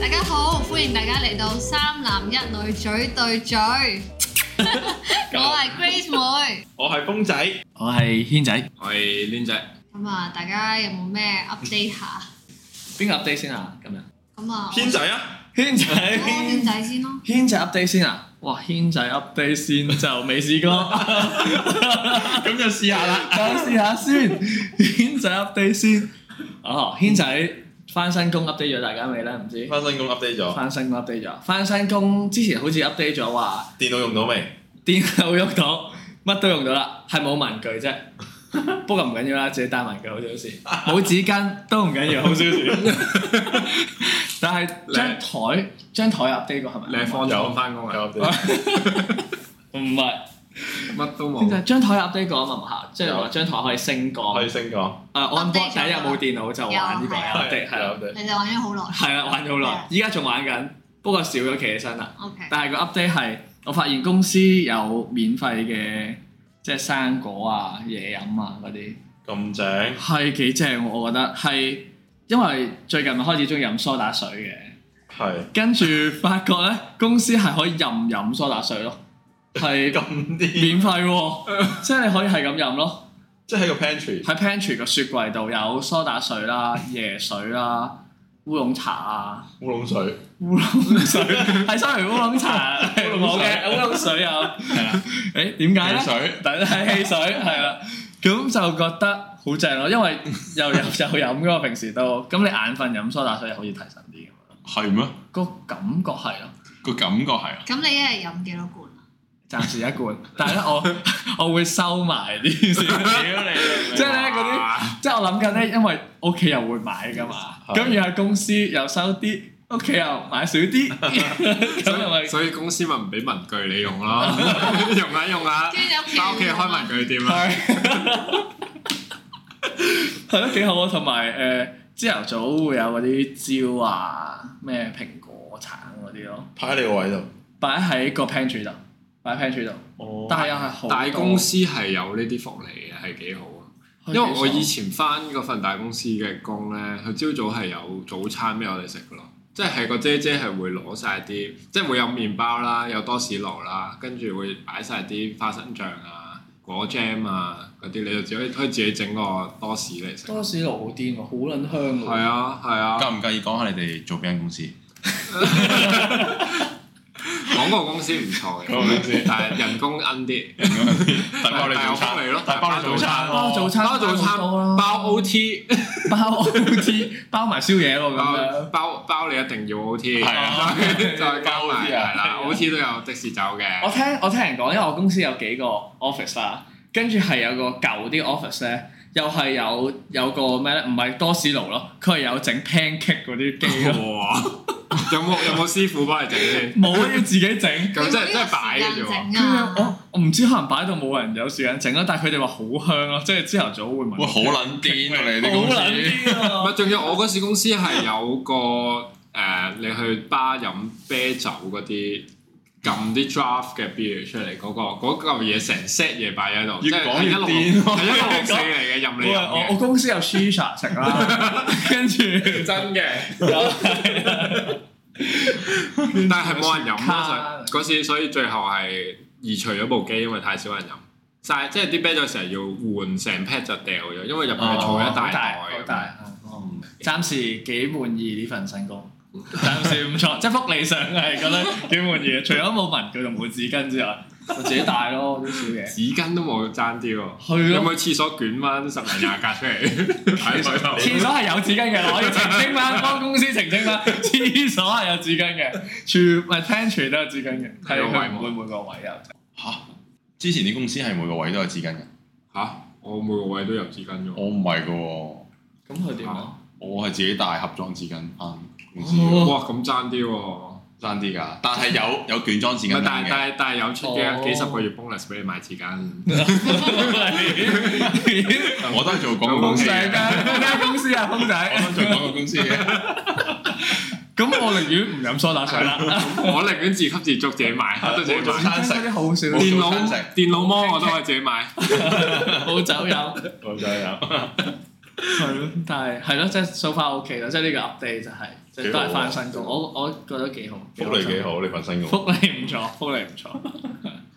大家好，歡迎大家嚟到三男一女嘴對 嘴，我係 Grace 妹。我係風仔，我係軒仔，我係攣仔，咁啊，大家有冇咩 update 下？邊個 update 先啊？今日咁啊，軒仔啊，軒我哦軒仔，仔先咯。軒仔 update 先啊！哇，軒仔 update 先就未試 過，咁就試下啦。再試下先。軒仔 update 先，哦，軒仔翻新工 update 咗大家未咧？唔知翻新工 update 咗，翻新工 update 咗，翻新工之前好似 update 咗話電腦用到未？電腦用到，乜都用到啦，係冇文具啫。不過唔緊要啦，自己帶文具好小事，冇紙巾都唔緊要，好小事。但係張台張台 update 過係咪？你係放咗翻工啊？有 update。唔係，乜都點冇。解張台 update 過啊嘛？下即係話有張台可以升降。啊可以誒升降， on board update 第一日咗啦冇電腦就玩呢個有係 update 係啦，有 update。你哋玩咗好耐。係啦，啊玩咗好耐，依家仲玩緊，不過少咗企起身啦。 OK，但係個 update 係，我發現公司有免費嘅即係生果啊、嘢飲啊嗰啲，咁正，係幾正喎我覺得係，因為最近咪開始中意飲梳打水嘅，係跟住發覺咧公司係可以任飲梳打水咯，係咁啲，免費喎，即係你可以係咁飲咯。即係喺個 pantry 喺 pantry 個雪櫃度有梳打水啦、椰水啦、烏龍 茶啊、 烏龍水，烏龍水，係 sorry 烏龍茶，烏龍水冇嘅烏龍水有，係啊啦。 誒點解咧？汽水但係汽水係啦，咁就覺得好正咯，因為 又有又飲嘅嘛，平時都咁你眼瞓飲梳打水好似提神啲咁樣，係咩？個感覺係咯。個感覺係啊。咁你一日飲幾多罐啊？暫時一罐，但係咧我 我會收埋 啲先，即係咧嗰啲，即係我諗緊咧，因為屋企又會買噶嘛，係咁然後公司又收啲，屋企又買少啲，咁又咪所以公司咪唔俾文具你 用咯，用下用下，跟住你屋企翻屋企開文具店啊啦。係啊係咯幾好啊！同埋誒朝頭早會有嗰啲蕉啊、咩蘋果、橙嗰啲咯，擺喺你個位度。擺喺個 pantry 度，擺喺 pantry 度，哦但係又係好大多公司係有呢啲福利嘅，係幾好啊！可因以為我幾以前翻嗰份大公司嘅工咧，佢朝早係有早餐俾我哋食噶咯，即係個姐姐係會攞晒啲，即係會有麵包啦，有多士爐啦，跟住會擺晒啲花生醬啊、果 jam 啊嗰啲，你就只可以可以自己整個多士嚟食。爽多士爐好癲喎，好撚香喎係。啊，係啊，介唔介意講下你哋做邊間公司？廣告公司唔錯廣告公司嘅，但係人工奀啲，大包你早大包餐你咯，大包你早餐，包早餐包早餐包好多啦包 OT，包 OT，包埋宵夜咯咁包樣。包包你一定要 OT，係啊再加包 OT 埋啊係啦，OT 都有的士走嘅。我聽我聽人講，因為我公司有幾個 office 啦，跟住係有個舊啲 office 咧，又係有有個咩咧？唔係多士爐咯，佢係有整 pancake 嗰啲機哦咯，哇！有冇有冇師傅幫你整先？冇要自己整。咁真係你真有係擺嘅冇呢啫個時喎。間整啊我哦我唔知可能擺到冇人有時間整啦，但係佢哋話好香咯，即係朝頭早會聞。哇，好撚癲啊！你啲好公撚司，啲唔啊！係，仲有我嗰時公司係有個誒、呃你去巴飲啤酒嗰啲撳啲 draft 嘅 beer 出嚟嗰、個嗰嚿嘢成 set 嘢擺喺度，越即係講越係一六癲喎係一六六四嚟嘅，任你喂，啊飲我我嘅。公司有 shisha 食啦， 跟住真嘅，但係冇人飲卡咯。所以嗰時所以最後係移除咗部機，因為太少人飲。晒即係啲啤酒成日要換成 pack 就掉咗，因為入面儲一大袋哦好咁樣。大哦暫時幾滿意呢份新工，暫時唔 錯，即係福利上係覺得幾滿 意嘅。除咗冇文具同冇紙巾之外，我自己帶咯啲小嘢。紙巾都冇爭啲喎，係有咯冇，去廁所捲翻十零廿格出 嚟？喺水頭廁所係有紙巾嘅，我要澄清 翻，幫公司澄清翻，廁所係有紙巾嘅，廚唔係 pantry 都有紙巾嘅，係係個位佢唔冇會每個位有。嚇！之前啲公司係每個位都有紙巾嘅，嚇，我每個位都有紙巾嘅喎。我唔係嘅喎，咁佢點點啊啊？我係自己帶盒裝紙巾翻公司哦嘅，哇，咁爭啲喎！爭啲㗎。但係有有卷裝紙唔係巾，但係嘅，但係但係有出哦嘅幾十個月 bonus 俾你買紙巾。 我都係做廣告公公司司司間嘅，邊間公司啊，風我都仔？係做廣告公司嘅。咁我寧願唔飲梳打水 啦，我寧願自給自足自己 買，我都自己冇早買。餐食嗰啲好少。冇電早腦餐食電腦膜我都可以自己買。冇酒飲，我就有。係咯，但係係咯，即係 so far OK 啦，即係呢個 update 就係即係都係翻新工，我我覺得幾好，福利幾好，呢份新工。福利唔錯，福利唔錯。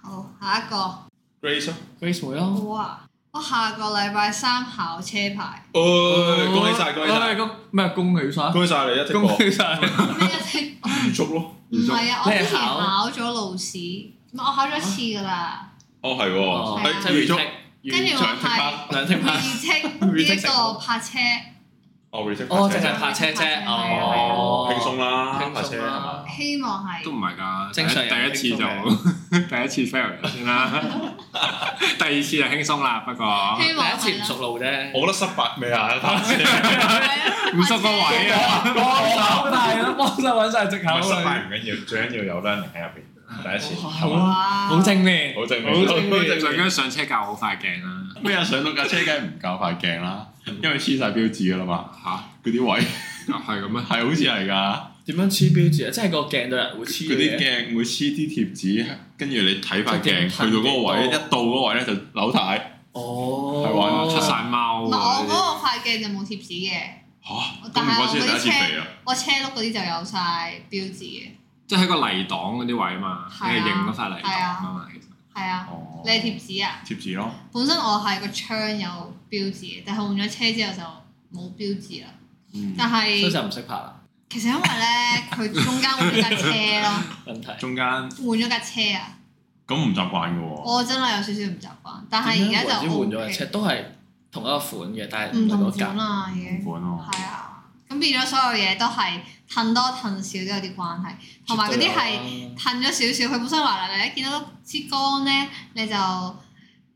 好，下一個 Grace 啊， Grace 會咯，好啊！我下個禮拜三考車牌，誒恭喜晒，恭喜哎晒，恭咩恭喜晒，哦恭喜晒你一剔恭過喜晒，咩一剔？預祝咯。唔係啊，我你係之前考考咗路試，唔係我考咗一次㗎啦，哦，係喎，哦係啊係預祝。跟住我係兩剔未拍，剔呢個泊車，哦，retake 哦，拍淨車係泊車啫，哦哦，輕鬆啦，輕鬆啦拍車係嘛？希望係都唔係㗎，正常人第一第一次就輕 第一次 fail 人先啦，第二次就輕鬆啦，不過希望係啦第一次唔熟路啫，我覺得失敗咩啊？拍車係啊五十個位啊，幫晒啦，幫手揾晒藉唔係失口啦敗唔緊要，最緊要有 learning 喺入邊。第一次哇係好嘛？啊哇！好正面，好正面好正好正面面。最緊要上車教好快鏡啦咩啊？上到架車梗係唔夠塊鏡啦，因為黐晒標誌噶啦嘛，嚇，嗰啲位 又係咁咩？係好似係㗎。點樣黐標誌啊？即係個鏡度人會黐嗰啲嘅嘢，鏡會黐啲貼紙，跟住你睇塊鏡，即係去到嗰個位，幾一多到嗰個位咧就扭帶。哦，係玩出晒貓啊唔係我喎！嗰個塊鏡就冇貼紙嘅，嚇，咁但唔係怪我之嗰你第一啲次肥啊！車，我車轆嗰啲就有晒標誌嘅，即係喺個泥檔嗰啲位嘛，係你啊係認嗰塊泥檔啊嘛，其實係啊，哦你係貼紙啊？貼紙咯，本身我係個窗有標誌嘅，但係換咗車之後就冇標誌啦。嗯但所以就係唔識拍啦。其實因為咧，佢中間換咗架車咯，問題中間換咗架車啊，咁唔習慣嘅喎。我真係有少少唔習慣。但係而點家樣為之就換 O 咗架 K，車都係同一個款嘅，但係唔同同嗰架款。啦已經，款咯，係啊，咁變咗所有嘢都係褪多褪少都有啲關係，同埋嗰啲係。係褪咗少少，佢本身華麗麗一見到支杆咧，你就誒、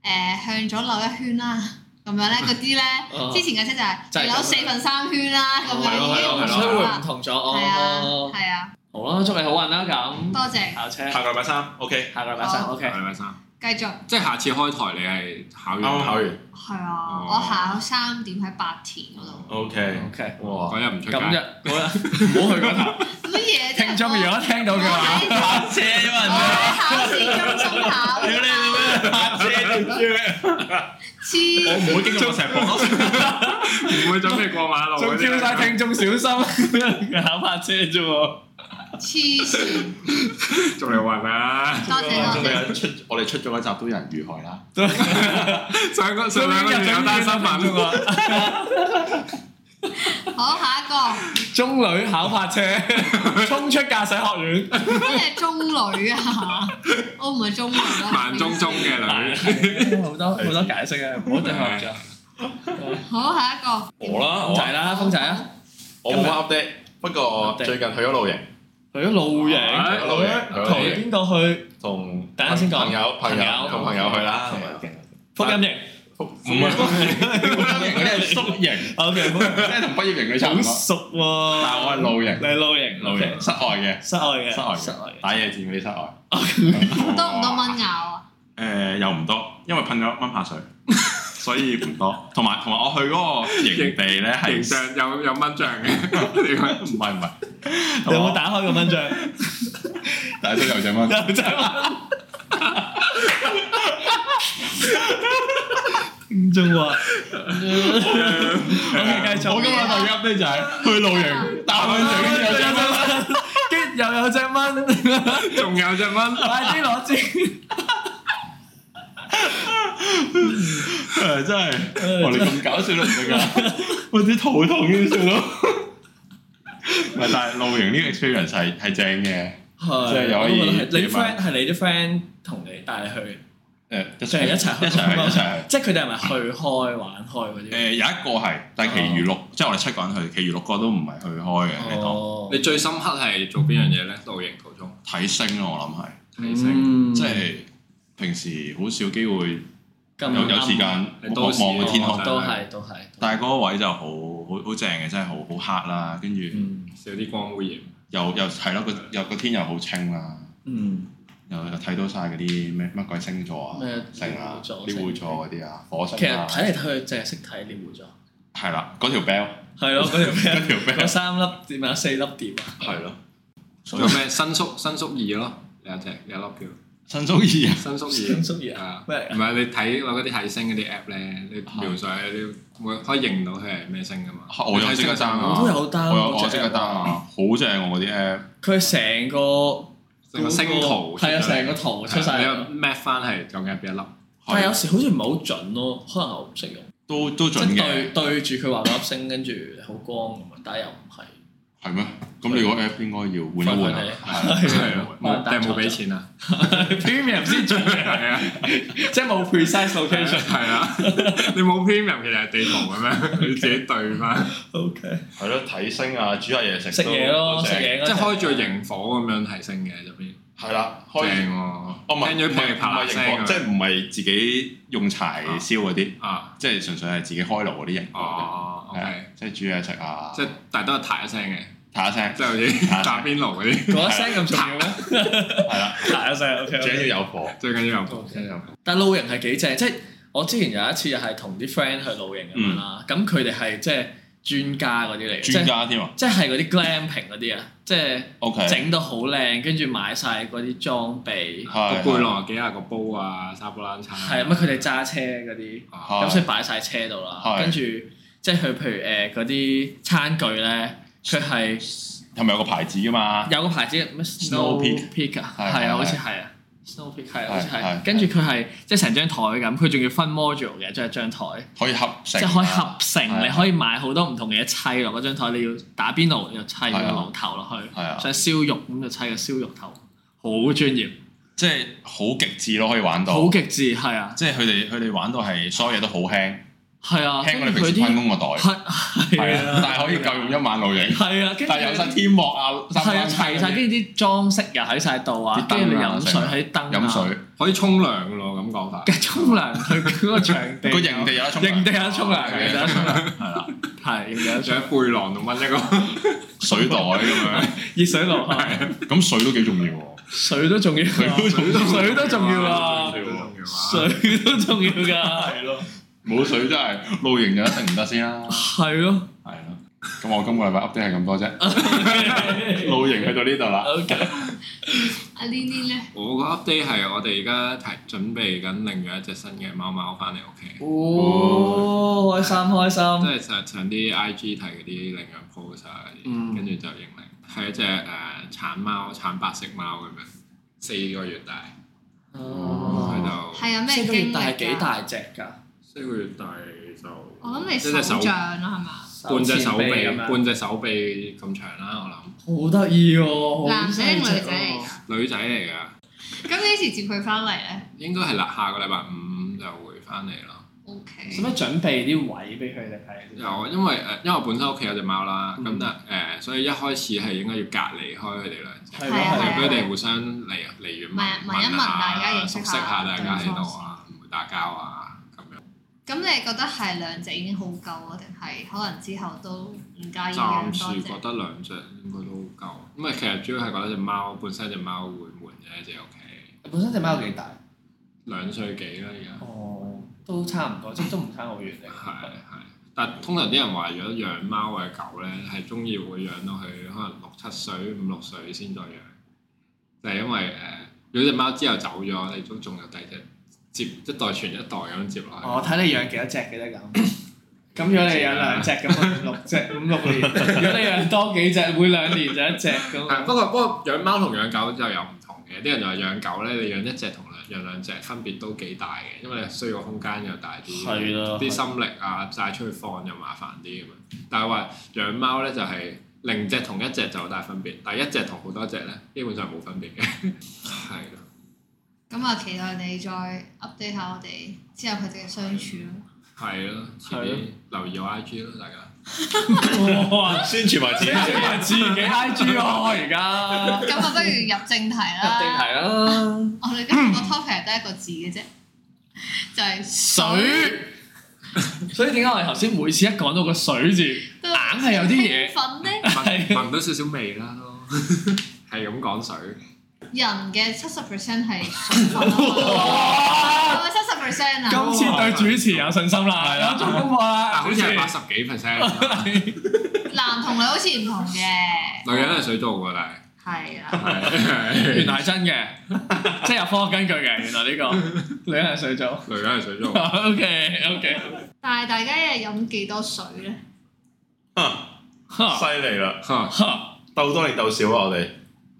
呃向左扭一圈啦，咁樣 咧嗰啲咧，哦之前嘅車就就係係咁扭四分三圈啦，咁係樣已咯係經咯唔係咯，所以同會唔啦，同咗係啊哦。係啊，好啦，祝你好運啦咁。多謝，考車下下個禮拜三，OK，個禮拜三好，OK 係。咪三？繼續即係下次開台你係考啱完啱考完係啊，哦我考三點喺白田嗰 度，嗯，OK， OK。哇，嗰日唔出街，咁就好啦，唔好去嗰 頭。乜嘢啫？聽啊眾如果聽到嘅 話，我車喺啊我喺考試中心考㗎嘛，拍車點知咩？我黐唔會經過石博，唔會準備過馬路仲嗰啲叫啊。晒聽眾小心， 考泊車啫喎。黐線，仲嚟運啊！多謝咁多謝。你出我哋出咗一集都有人遇害啦。上個上兩個月有單新聞，啊！好，下一個中女考泊車， 衝出駕駛學院，乜嘢中女啊？我唔係中女 啊，慢中中嘅女， 好多好多解釋啊！唔好再學咗。好，下一個我啦，風我仔啦，風仔啊，我冇乜 update，不過 update 最近去咗露營，去咗露哎營，去咗露營，去咗同露營邊個去？同等陣先講朋友朋朋友友同朋友去啦，係咪啊？福音營。唔係，你係宿營， O K， 即係同畢業營你差唔好多，熟喎。但係我係露營你係露營，露營室外嘅，室外嘅，室外室外嘅，打野戰嗰啲室外。多唔多蚊咬啊？誒、又唔多，因為噴咗蚊怕水，所以唔多。同埋同埋我去嗰個營地咧係形象有有蚊帳嘅，唔係唔係，嘅。你有冇打開個蚊帳？但係都有隻蚊。有隻蚊。唔 中喎。OK，繼續。我今日第一 update 就係去露營打蚊仔，跟住有隻蚊。跟住又有隻 蚊，仲有隻蚊，快啲攞支。誒真係，我哋咁搞笑都唔得㗎，我啲肚痛先笑到。唔係，但係露營呢個 experience 係係正嘅，即係又可以我覺得係你點啊 friend 係你啲 friend 同你帶你去，誒一即係一齊去一齊 去一齊去。即係佢哋係咪去開玩開嗰誒、有一個係，但係其餘六，即係我哋七個人去，其餘六個都唔係去開嘅，你啲？當哦哦你最深刻係做邊樣嘢咧？露營途中睇星咯，我諗係。嗯提升，即係平時好少機會咁有有啱時間你望都市望個天哦空，都係都係。但係嗰個位就好好好正嘅，真係好好黑啦，跟住嗯少啲光污染，又又係咯，個又個天又好清啦，嗯又又睇到晒嗰啲咩乜鬼星座啊咩、星啊、獵戶座獵戶座嗰啲啊、火其星實啊，睇嚟睇去淨係識睇獵戶座。係啦，嗰條 bell 係 咯，嗰條嗰條咩？嗰 bell 三粒點啊，四粒點啊。係咯，仲有咩新宿新宿二咯？有一隻有一粒叫新蘇怡啊，新宿新二宿二啊，啊，咩嚟㗎唔係你睇落嗰啲睇星嗰啲 app 咧，你描述係你會可以認到佢係咩星噶嘛？ 我有睇即刻星嘅時 down 候啊，我都有 down 我有嗰隻我即刻 down 啊，好正我嗰啲 app，佢成個成個星圖出咗嚟係啊，成個圖出晒你嚟。又 map 翻係究竟係邊一粒？但係有啊時好似唔係好準咯，可能我唔識用，都都即準係對嘅，對住佢畫粒星，跟住好光咁樣，啊但係又唔係。係咩？咁你個 app 應該要換一換啊係係 啊慢慢冇但係打冇錯俾錢啊？ Premium 先準嘅，係啊，即係冇 precise location。係啊，你冇 premium 其實係地圖咁樣，你自己對翻， OK，係咯，睇星啊，煮下嘢食都，食嘢咯，都食正嘢嗰陣即係開咗營火咁樣係星嘅入邊，係啦，正開。哦喎。我唔係聽咗唔噼係里唔啪啦係聲啊營啊火，咁即樣係唔係自己用柴燒嗰啲，啊，即係純粹係自己開爐嗰啲營火嘅，哦係啊，OK，即係煮嘢食啊，即係但係都係彈一聲嘅，睇下聲，即係 好似打邊爐嗰啲，嗰一聲咁重要咩？係啦，係一聲，OK 最緊要有火，最緊要有哦火火，最緊有 但露營係幾正，即係我之前有一次又係同啲 friend 去露營咁樣啦，咁佢哋係即係專家嗰啲嚟嘅，即專係家添啊即係嗰啲 glamping 嗰啲啊，即係，OK，整到好靚，跟住買晒嗰啲裝備，係個背囊有幾廿個煲啊，沙煲冷餐啊，係乜佢哋揸車嗰啲，係咁所以擺晒車度啦，係跟住即係佢譬如誒嗰啲餐具咧，佢係係咪有個牌子噶嘛？有個牌子咩 Snow Peak Peak 啊，係係係啊，好似係啊。Snow Peak 係啊好似係係係，跟住佢係即係成張台咁，佢仲要分 module 嘅，即係張台。可以合成，即係可以合成，係啊你可以買好多唔同嘅嘢砌落嗰張台，你要打邊爐又砌個爐頭落去，係啊想燒肉咁就砌個燒肉頭，好專業，即係好極致咯，可以玩到好。極致，係啊，即係佢哋佢哋玩到係所有嘢都好輕，係啊，輕跟過你住平佢時翻啲工個袋，係係啊，但係可以夠用一晚露營，係啊，跟住但係有晒佢天幕啊，係啊，三齊餐晒，餐跟住啲裝飾又喺晒度啊啲，燈啊跟住你飲水成啊喺燈飲啊，水，可以沖涼噶咯，咁 講法。跟住沖涼去嗰個場地個營地有得沖涼營地有得沖涼嘅，有係啊得沖涼係啦，係營地有得沖仲涼有背囊同掹一個，水袋咁樣，熱水爐係咁水都幾重要喎。水都重要啊，水都重要啊，水都重要啊！水都重要㗎，係咯。冇水真係露營就一定唔得先 啦。係咯係咯，咁我今個禮拜 update 係咁多 啫， 露營去到呢度啦。 ，OK，阿 Lily 咧，我個 update 係我哋而家提準備緊另外一隻新嘅貓貓翻嚟屋企，哦，開心開即心，係上上啲 IG 睇嗰啲領養 post 啊嗰嗯啲，跟住就認領，係一隻誒橙貓、橙白色貓咁樣，四個月大，佢哦，就係有啊咩四個經月大係歷幾啊？大隻㗎？四個月大就我諗你一隻手掌啦，係嘛？半隻手臂前咁樣，半隻手臂咁長啦，好得意喎，男仔定女仔嚟嚟㗎？我諗女仔嚟㗎，咁幾時接佢翻嚟咧應該係啦，下個禮拜五就會翻嚟咯。 ？O K，使唔使準備啲位俾佢哋睇？有，因為誒、呃因為我本身屋企有隻貓啦，咁嗯但誒，所以一開始係應該要隔離開佢哋兩隻，係係啊係啊就俾佢哋互相離離遠啊聞聞一聞大家認識熟悉下下大家喺對度方啊，唔會打交啊咁樣。咁你覺得係兩隻已經好夠啊，定係可能之後都唔介意養暫多時隻？覺得兩隻應該都夠，咁啊其實主要係覺得隻貓本身隻貓會悶嘅，隻屋企本身隻貓幾大？兩歲幾啦而家，哦，都差唔多，即係都唔差好遠嚟。係係。但通常啲人話，如果養貓或者狗咧，係中意會養到佢可能六七歲、五六歲先再養，就係因為誒、呃如果只貓之後走咗，你都仲有第二隻接一代傳一代咁樣接落去。哦我睇你養幾多隻嘅啫咁。咁如果你養兩隻咁，咪六隻五六年；如果你養多幾隻，每兩年就一隻係咁。不過不過養貓同養狗就有唔同嘅，啲人就話養狗咧，你養一隻同兩養兩隻分別都幾大嘅，因為你需要個空間又大啲，係咯啲心力啊帶出去放又麻煩啲咁樣。但係話養貓咧就係、零隻同一隻就有大分別，但係一隻同好多隻咧基本上冇分別嘅，係咯。咁啊，期待你再 update 下我哋之後佢哋嘅相處咯。係咯，遲係啲留意我 IG 咯，大家。 哇！宣傳埋自你係自己 I G 喎，而家咁啊，不如入正題啦。啦，我哋哦今日個 topic 係得一個字嘅啫，就係水。水。所以點解我哋頭先每次一講到個水字，都 硬係有啲嘢興奮咧，聞係聞到少少味啦都，係咁講水。人嘅七十 percent 係水分啊嘛，七十 percent 啊，今次對主持有信心啦，有做功課啦，但啊好似係八十 幾 percent，男同女好似唔同嘅，女人係水做㗎，但係啊係啦， 原來係真嘅，即係有科學根據嘅。原來呢個女人係水 做。女人係水中 O K O K，但係大家一日飲幾多水咧？啊 哈犀利啦！嚇，哈，鬥多定鬥少啊？我哋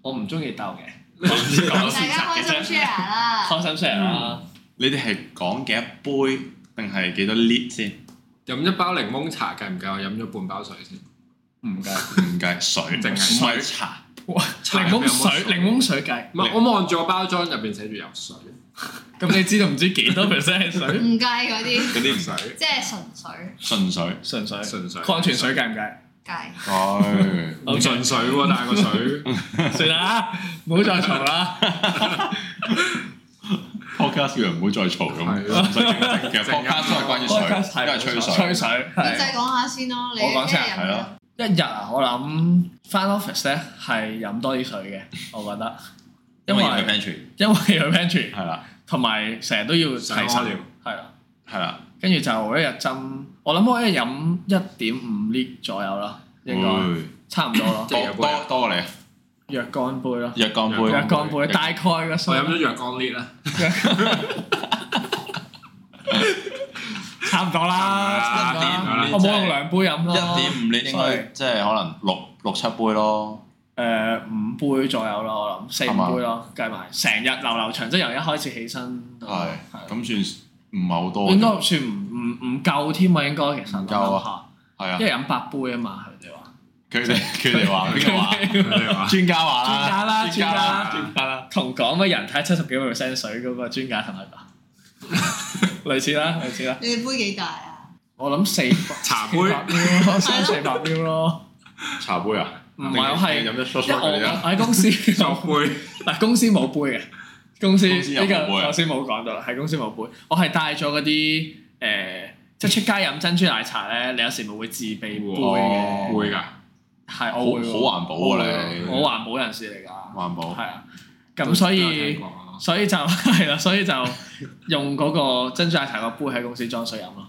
我唔中意鬥嘅，大家開心 share 啦， 開心 share 啦。你哋係講幾多杯定係幾多 lit 先？飲一包檸檬茶計唔計？我飲咗半包水先，唔計，唔計水，淨係唔係茶。檸檬水，檸檬水計。唔係我望住個包裝入邊寫住有水，咁你知道唔知幾多 percent 係水？唔計嗰啲，嗰啲水即係純粹純水。 純粹純粹礦泉水計唔計？計。係。唔純水喎，但係個水算啦，唔好再嘈啦。 podcast 叫人唔好再嘈咁，啊係唔使正其實正 podcast 都係關於水，因為吹水。哦吹水女仔係講下先咯，你我講一先日係飲咯幾一日啊，我諗翻 office 咧係飲多啲水嘅，我覺得，因因為為要去 pantry 因為去 pantry 係啦，同埋成日都要洗手，想屙尿係啦，係啦，跟住就一日斟，我諗我一日飲一點五 lit 左右啦，應該會差唔多咯，即係有多杯多多過你啊，若干杯咯，若干杯，若若干干杯杯，大概嘅數我，飲咗若干 l 啦，差唔多啦，差唔多啦一點五 lit，我冇用量杯飲咯，一點五 lit 應該即係可能六六七杯咯，誒五杯左右咯，我諗四係嘛五杯咯，計埋成日流流長，即係由一開始起身到係哦係咁算唔係好多應該啫，算唔唔唔夠添啊！應該其實唔夠啊，係因啊，為飲八杯啊嘛，佢哋話。佢哋佢哋話邊個 話？啊你哋話專家話專家啦啦專專家啦，同講乜人體七十幾個 percent 水嗰個專家同佢講， 類似啦，類似啦。你哋杯幾大啊？我諗四 茶杯四百 ml 咯，三四百 ml 咯。茶杯啊？唔係我係定飲咗疏疏因為我佢哋我啊？喺公司作杯嗱，公司冇杯嘅，公司公司有冇呢杯個啊頭先冇講到啦，係公司冇杯。我係帶咗嗰啲誒，即係出街飲珍珠奶茶咧，你有時咪會自備杯嘅，哦會㗎，係好好我會喎環保啊你，我環保人士嚟㗎，環保係啊，咁所都有聽以過啊所以就 係啦，所以就用嗰個珍珠奶茶個杯喺公司裝水飲咯，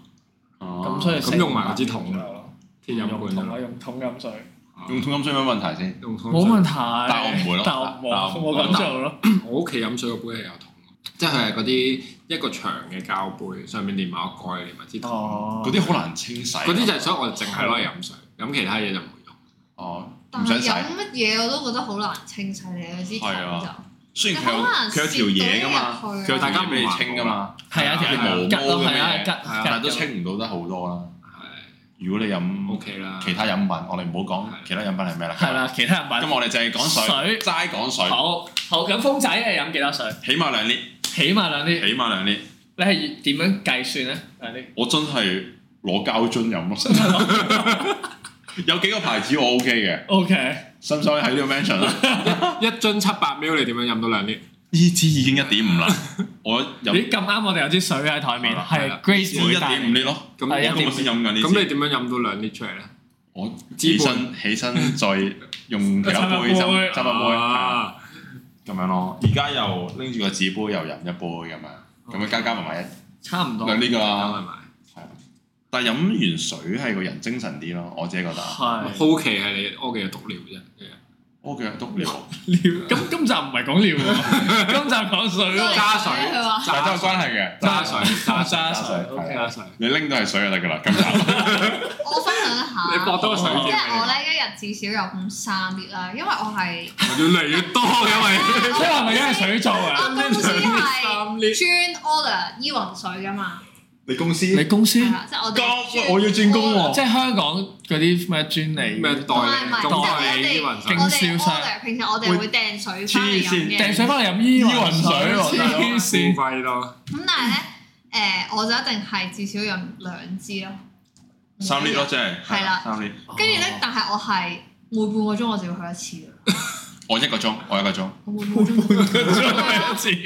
咁哦所以咁用埋嗰支桶啊咯，天用飲桶啊，罐啊用桶飲水用桶飲水有咩問題先？用桶冇水問題，但我唔會咯但我冇但我冇咁做咯，我屋企飲水個杯係有桶，即係佢係嗰啲一個長嘅膠杯，上面連埋個蓋，連埋支桶。哦嗰啲好難清洗，啊嗰啲就係所以我淨係攞嚟飲水，飲其他嘢就唔會用。哦但唔係想洗飲，乜嘢我都覺得好難清洗你嗰支係桶啊就，雖然佢你有好難佢有條嘢㗎嘛，攝到入去啊佢有條嘢俾你清㗎嘛，係啊，係啊係啊毛毛咯，咁係啊，嘅嘢吉係啊但係吉都吉清唔到得好多啦。係如果你飲 OK 啦。其他飲品，我哋唔好講其他飲品係咩啦。係啦，其他人咁品我哋就係講水，水齋講水，好好咁風仔你飲幾多水？起碼兩 lit，起碼兩啲，起碼兩 lit。你係點樣計算咧？兩啲我真係攞膠樽飲咯。 有幾個牌子我 OK 嘅， O K，使唔使喺呢度 mention 啊？一樽七百 ml，你點樣飲到兩 l 呢支已經一點五啦，我飲咦咁啱我哋有支水喺台面，係係啦 Grace 一會帶點五 lit 咯。咁係我一今點日先飲緊呢咁支你。點樣飲到兩 l 出嚟咧？我資起本身起身再用其他杯斟一杯斟斟一杯啊啊，咁樣咯。而家又拎住個紙杯又飲一杯咁樣，咁樣加加埋埋一差唔多兩呢個飲啦。埋埋。但係飲完水係個人精神啲咯，我自己覺得。好係奇係你屙嘅毒尿啫。我嘅督尿，尿。咁今集唔係講尿 喎，今集講水都係喎。加水佢話但係都有關係嘅。揸水，揸水，揸水水，O 係啊 K，揸水。你拎到係水就得㗎啦，咁就我分享一 你下，博多個水即啫。係我咧一日至少有咁三列啦，因為我係越嚟越多嘅喂。即係話咪因為水做啊？我公司係三列專 order 依雲水噶嘛， 你公司你公司係啦，嗯即係我哋專我要轉工喎 order 即係香港嗰啲咩專利咩啊代理、唔中係代理唔呢係啲我運經哋銷商 order 平時我哋會訂水翻嚟飲黐嘅，訂水翻嚟飲依雲 依雲黐水，線付費咯。咁但係咧，誒我就一定係至少飲兩支咯，三 lit 咯，即係係啦三 lit。跟住咧，但係我係每半個鐘我就要去一次噶啦，我一個鐘，我一個鐘，我每半個鐘就要 一去次。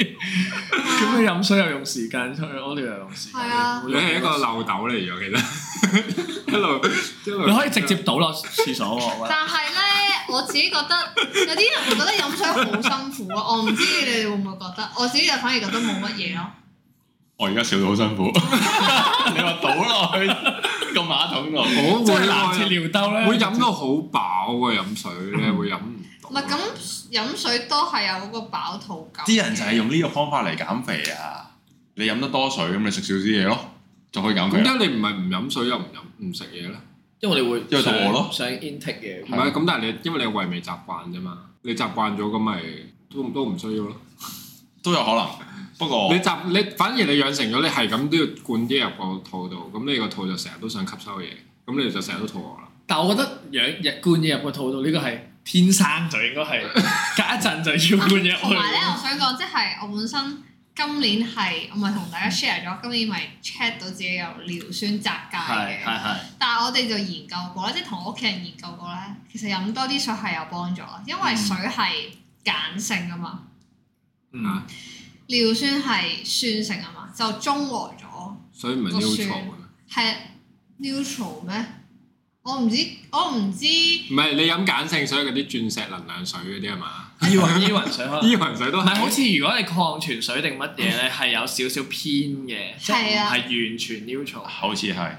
咁你飲水又用時間，去屙尿又用時間。係啊你係一個漏斗嚟嘅，其實一路一路。你可以直接倒落廁所喎。 我覺得但係咧，我自己覺得 有啲人會覺得飲水好辛苦咯，我唔知你哋會唔會覺得，我自己就反而覺得冇乜嘢咯。我而家笑到好辛苦。你話倒落去個馬桶度，我即會啊係攔截尿兜咧，會飲到好飽喎，飲水咧會飲唔到。唔係咁飲水多係有嗰個飽肚感。啲人就係用呢個方法嚟減肥啊！你飲得多水，咁你食少啲嘢咯，就可以減肥點啦。解你唔係唔飲水又唔飲唔食嘢咧？因為你會因因為肚餓咯想 intake 嘢唔。係咁，但係你因為你個胃未習慣啫嘛，你習慣咗咁咪都都唔需要咯。都有可能，不過你習你反而你養成咗，你係咁都要灌啲入個肚度，咁你個肚就成日都想吸收嘢，咁你就成日都肚餓啦。但我覺得養日灌嘢入個肚度呢個係天生就應該 係，隔一陣就要灌嘢入同埋咧，我去。想講即係我本身今年係我咪同大家 share 咗，今年咪 check 到自己有尿酸擲係界嘅。係係，但係我哋就研究過咧，即係同我屋企人研究過咧，其實飲多啲水係有幫助啦，因為水係鹼性啊嘛，嗯，尿酸係酸性啊嘛，就中和咗。所以唔係個 neutral 酸嘅咩係 neutral 咩？我唔知，我唔知。唔係你飲鹼性水嗰啲鑽石能量水嗰啲係啊嘛？依雲依雲水可能。 依雲水都哦唔係，好係。似如果你礦泉水定乜嘢咧，係有少少偏嘅，即係係唔啊係完全 neutral。好似係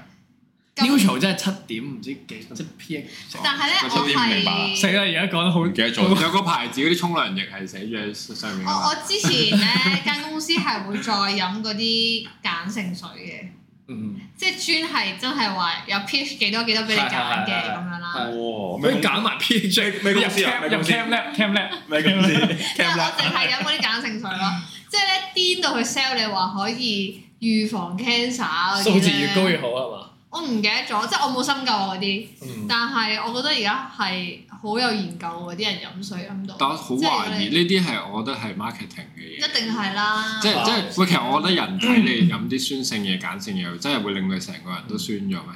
neutral 真係七點唔知幾，即係偏。但係咧，我我真係唔明白啦死係啦！而家講得好唔記得咗。有個牌子嗰啲沖涼液係寫住喺上面我㗎嘛我之前咧 間公司係會再飲嗰啲鹼性水嘅，嗯，即係專係真係話有 pH 幾多幾多俾你揀係係係嘅係咁樣啦。哦啊可以嗯減埋 pH，咩公司啊咩入 cam 入公司 cam lab cam lab。咩咁先？即係我淨係飲嗰啲鹼性水咯，即係咧癲到佢 sell 你話可以預防 cancer 嗰啲數咧字越高越好啊係嘛？我唔記得咗，即係我冇深究嗰啲，嗯但係我覺得而家係好有研究嗰啲人飲水飲到，但我好即係懷疑你呢啲係我覺得係 marketing 嘅嘢。一定係啦。即係啊即係，喂，其實我覺得人體你飲啲酸性嘢、鹼性嘢，真係會令到成個人都酸咗咩？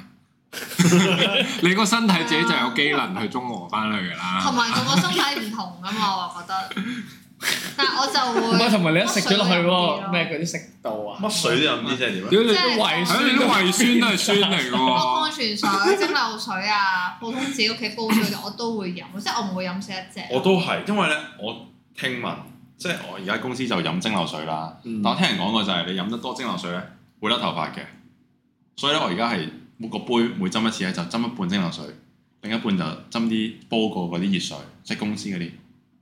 你個身體自己就有機能去中和翻佢㗎同啦。埋個個身體唔同噶嘛，我覺得。但係我就唔係，會同埋你一食咗落去嗰個乜水都有啲咯咩嗰啲食道啊，乜水都飲啲，即係點啊？屌你，即係係胃係你啲胃酸都係酸嚟 㗎我喎。礦泉水、蒸餾水啊，普通自己屋企煲水嘅我都會飲，即係我唔會飲死一隻。啊我都係，因為咧，我聽聞即係我而家公司就飲蒸餾水啦。嗯但我聽人講過就係你飲得多蒸餾水咧，會甩頭髮嘅。所以咧，我而家係每個杯每斟一次咧，就斟一半蒸餾水，另一半就斟啲煲過嗰啲熱水，即係公司嗰啲係啦。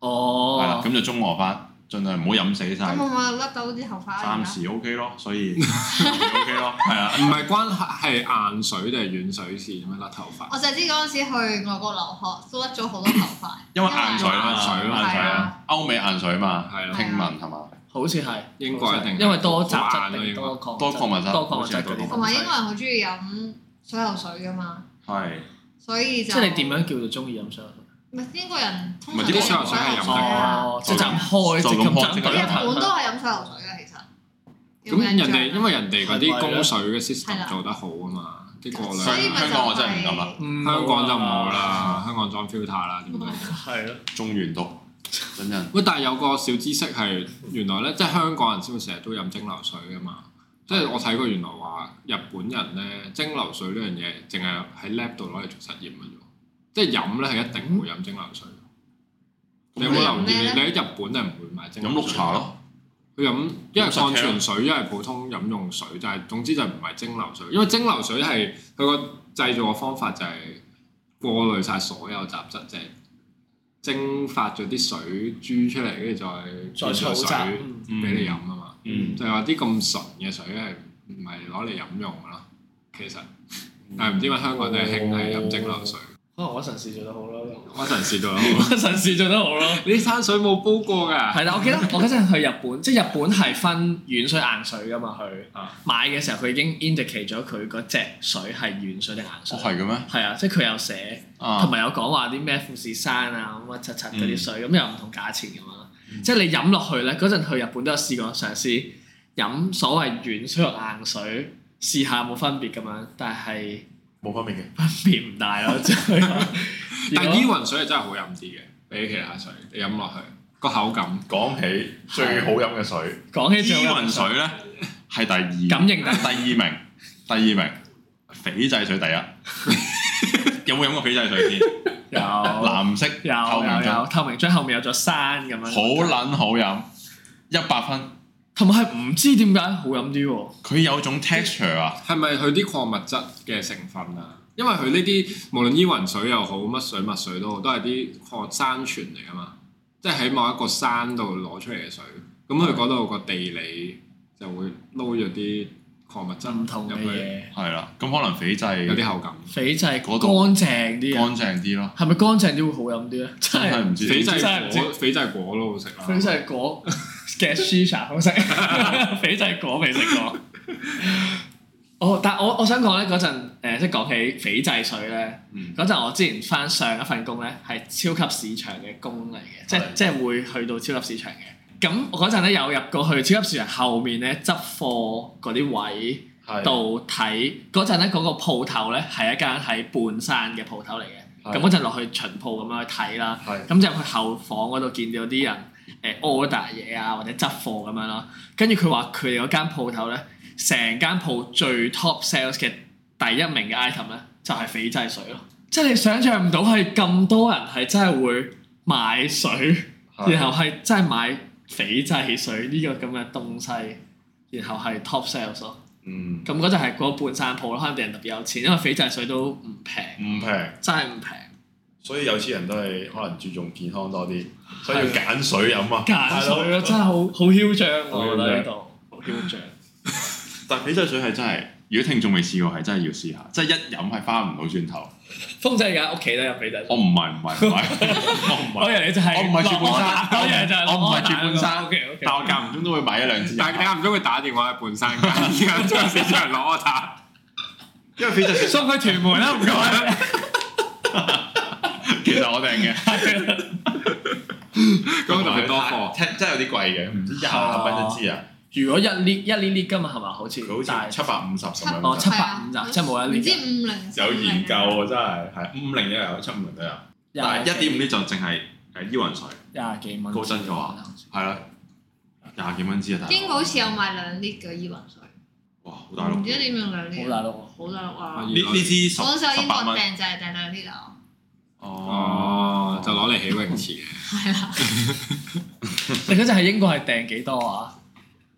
哦，咁就中和翻，盡量唔好飲死晒咁。我咪甩到啲頭髮啊暫時 OK 咯，所 以 OK 咯，係啊。唔係關係係硬水定係軟水事咩？甩頭髮。我就係知嗰陣時去外國留學都甩咗好多頭髮，因為硬水啦，硬水硬啦係水啊啊，歐美硬水嘛，係啊啦聽聞係嘛？好似係英國一定係因為多雜好質硬咯定英國多礦多礦物質多礦物質好似係嗰多礦物同質啲，埋英國人好中意飲水喉水噶嘛，係所以即就係你點樣叫做中意飲水？啊唔係英國人通常唔係啲水喉水係飲水得啊，哦，就咁開，就即咁開咁斟即刻佢一日頭本都係飲水喉水啊嘅其實。有咁冇印啊象人哋因為人哋嗰啲供水嘅係 system 啦做得好啊嘛，啲過量。所以咪就香係港我真係唔敢啦，嗯香港就唔好，啦，香港裝 filter 啦，點都。係咯，中完毒，真人喂，但係有個小知識係原來咧，即係香港人先會成日都飲蒸餾水噶嘛。即係我睇過原來話日本人咧蒸餾水呢樣嘢，淨係喺 lab 度攞嚟做實驗嘅啫。即係飲咧係一定會飲蒸餾水。你有冇留咁你意？飲咩呢你喺日本係唔會買蒸餾飲水綠茶，咯，佢飲一係飲實礦嘅泉水，一係普通飲用水，就係總之就唔係蒸餾水，因為蒸餾水係佢個製造嘅方法就係過濾晒所有雜質，就係蒸發咗啲水珠出嚟，跟住再再嘈變雜做水，嗯嗯俾你飲啊嘛。嗯，就係話啲咁純嘅水係唔係攞嚟飲用嘅咯，其實，但係唔知點解香港就係興係飲蒸餾水。可能我神試做得好咯，我陣試到啦，我 神試做得好咯。 你啲山水冇煲過㗎，係啦，我啊記得我嗰陣去日本，即係日本係分軟水硬水噶嘛，佢啊買嘅時候佢已經 indicate 咗佢嗰隻水係軟水定硬水哦。係嘅咩？係啊，即係佢有寫，同啊，埋有講話啲咩富士山啊乜柒柒嗰啲水，咁又唔同價錢咁樣啦。即係你飲落去咧，嗰陣去日本都有試過嘗試飲所謂軟水同硬水，試下有冇分別咁樣，但係冇分別嘅。分別唔大咯，即係。但係依如果雲水係真係好飲啲嘅，比起其他水，你飲落去個口感。講起最好飲嘅水，講起依仲有雲水咧係第二，感應力第二名，第二名，斐濟水第一。 有冇飲過斐濟水先？有藍色有透明有有樽，透明樽後面有座山咁樣，好撚好飲，一百分。同埋係唔知點解好飲啲喎。佢有種 texture 啊，係咪佢啲礦物質嘅成分啊？因為佢呢啲無論依雲水又好，乜水乜水都好，都係啲礦山泉嚟噶嘛，即係喺某一個山度攞出嚟嘅水，咁佢嗰度個地理就會撈咗啲礦物質唔同嘅入去，嘢，嗯係啦，咁可能斐濟有啲口感。斐濟乾嗰度淨啲啊，乾淨啲咯，係咪乾淨啲會好飲啲咧？真真係係唔知斐真係唔濟知果，斐濟果都好食啊啦。斐濟 果嘅 shisha 好食，斐濟果未食過。哦，但我我想講咧，嗰陣誒即係講起斐濟水咧，嗯嗰陣、我之前翻上一份工咧係超級市場嘅工嚟嘅，即係係即係會去到超級市場嘅。咁我嗰陣咧有入過去超級市場後面咧執貨嗰啲位。係度睇嗰陣咧，嗰個鋪頭咧係一間喺半山嘅鋪頭嚟嘅。係咁嗰陣落去巡鋪咁樣去睇啦，係咁就入去後房嗰度見到啲人誒 order 嘢啊，或者執貨咁樣啦。跟住佢話佢哋嗰間鋪頭咧，成間鋪最 top sales 嘅第一名嘅 item 咧，就係斐濟水咯。即係你想象唔到係咁多人係真係會買水。然後係真係買斐濟水呢個咁嘅東西，然後係 top sales 咯。嗯咁嗰陣係嗰半山鋪咯，可能啲人特別有錢，因為斐濟水都唔平，唔平，真係唔平。所以有錢人都係可能注重健康多啲，所以要揀水飲啊。間水咯，真係好好囂張喎！我覺得呢度好囂張。但係斐濟水係真係，如果聽眾未試過係真係要試下，即係一飲係翻唔到轉頭。風仔而家屋企都有斐濟水。我唔係唔係 唔係，我唔我係，人你就係我唔係住半山我人就係我唔係住半山 O K O K。但我間唔中都會買一兩支飲下。但係你間唔中會打電話去半山間，而家將市場攞我打。因為非洲送去屯門啦，唔該。其實我訂 嘅，咁特別多貨，真真係有啲貴嘅，唔知廿哦蚊一支啊，如果一 l 一 l 呢今日係咪好似佢好大似七百五十咁樣。哦七係啊750即係冇一唔年知五零有研究啊喎，真係係五五零都有，七五零都有，廿但係一點五呢就淨係誒依雲水，廿幾蚊高真咗啊係啦，廿幾蚊支啊，大佬英國好似有賣兩 lit 嘅依雲水，哇好大佬，唔呢知點用兩 lit，好大陸喎。好大陸啊！呢支十我嗰時候十英國八蚊，訂就係訂兩 lit 啊，哦，就攞嚟起泳池嘅。係啦，你嗰陣喺英國係訂幾多啊？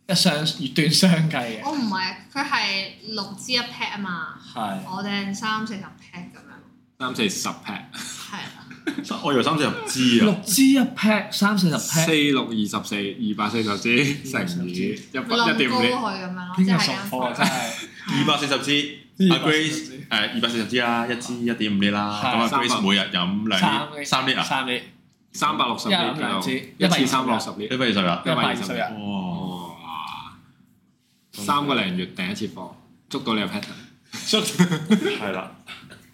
一雙月段雙計嘅，哦我唔係，啊佢係六支一 pack 啊嘛，係我訂三四十 pack 咁樣，三四十 pack，係啊啦， 我以為三四十支六啊，支一 pack，三四十四 pack。六二十四，二百四十支乘以一百一冧點高五，佢咁樣咯，即邊個係送間貨啊？房真係二百四十支，阿 Grace 誒二百四十支啦，一支一點五呢啦，咁阿係 Grace 三百每日飲 兩呢三呢啊，三列，三百六十一人兩支呢，一次三百六十呢。一百二十哦啦一，百二十日。哇！哇！三個零月訂一次貨，捉到你個 pattern。係啦，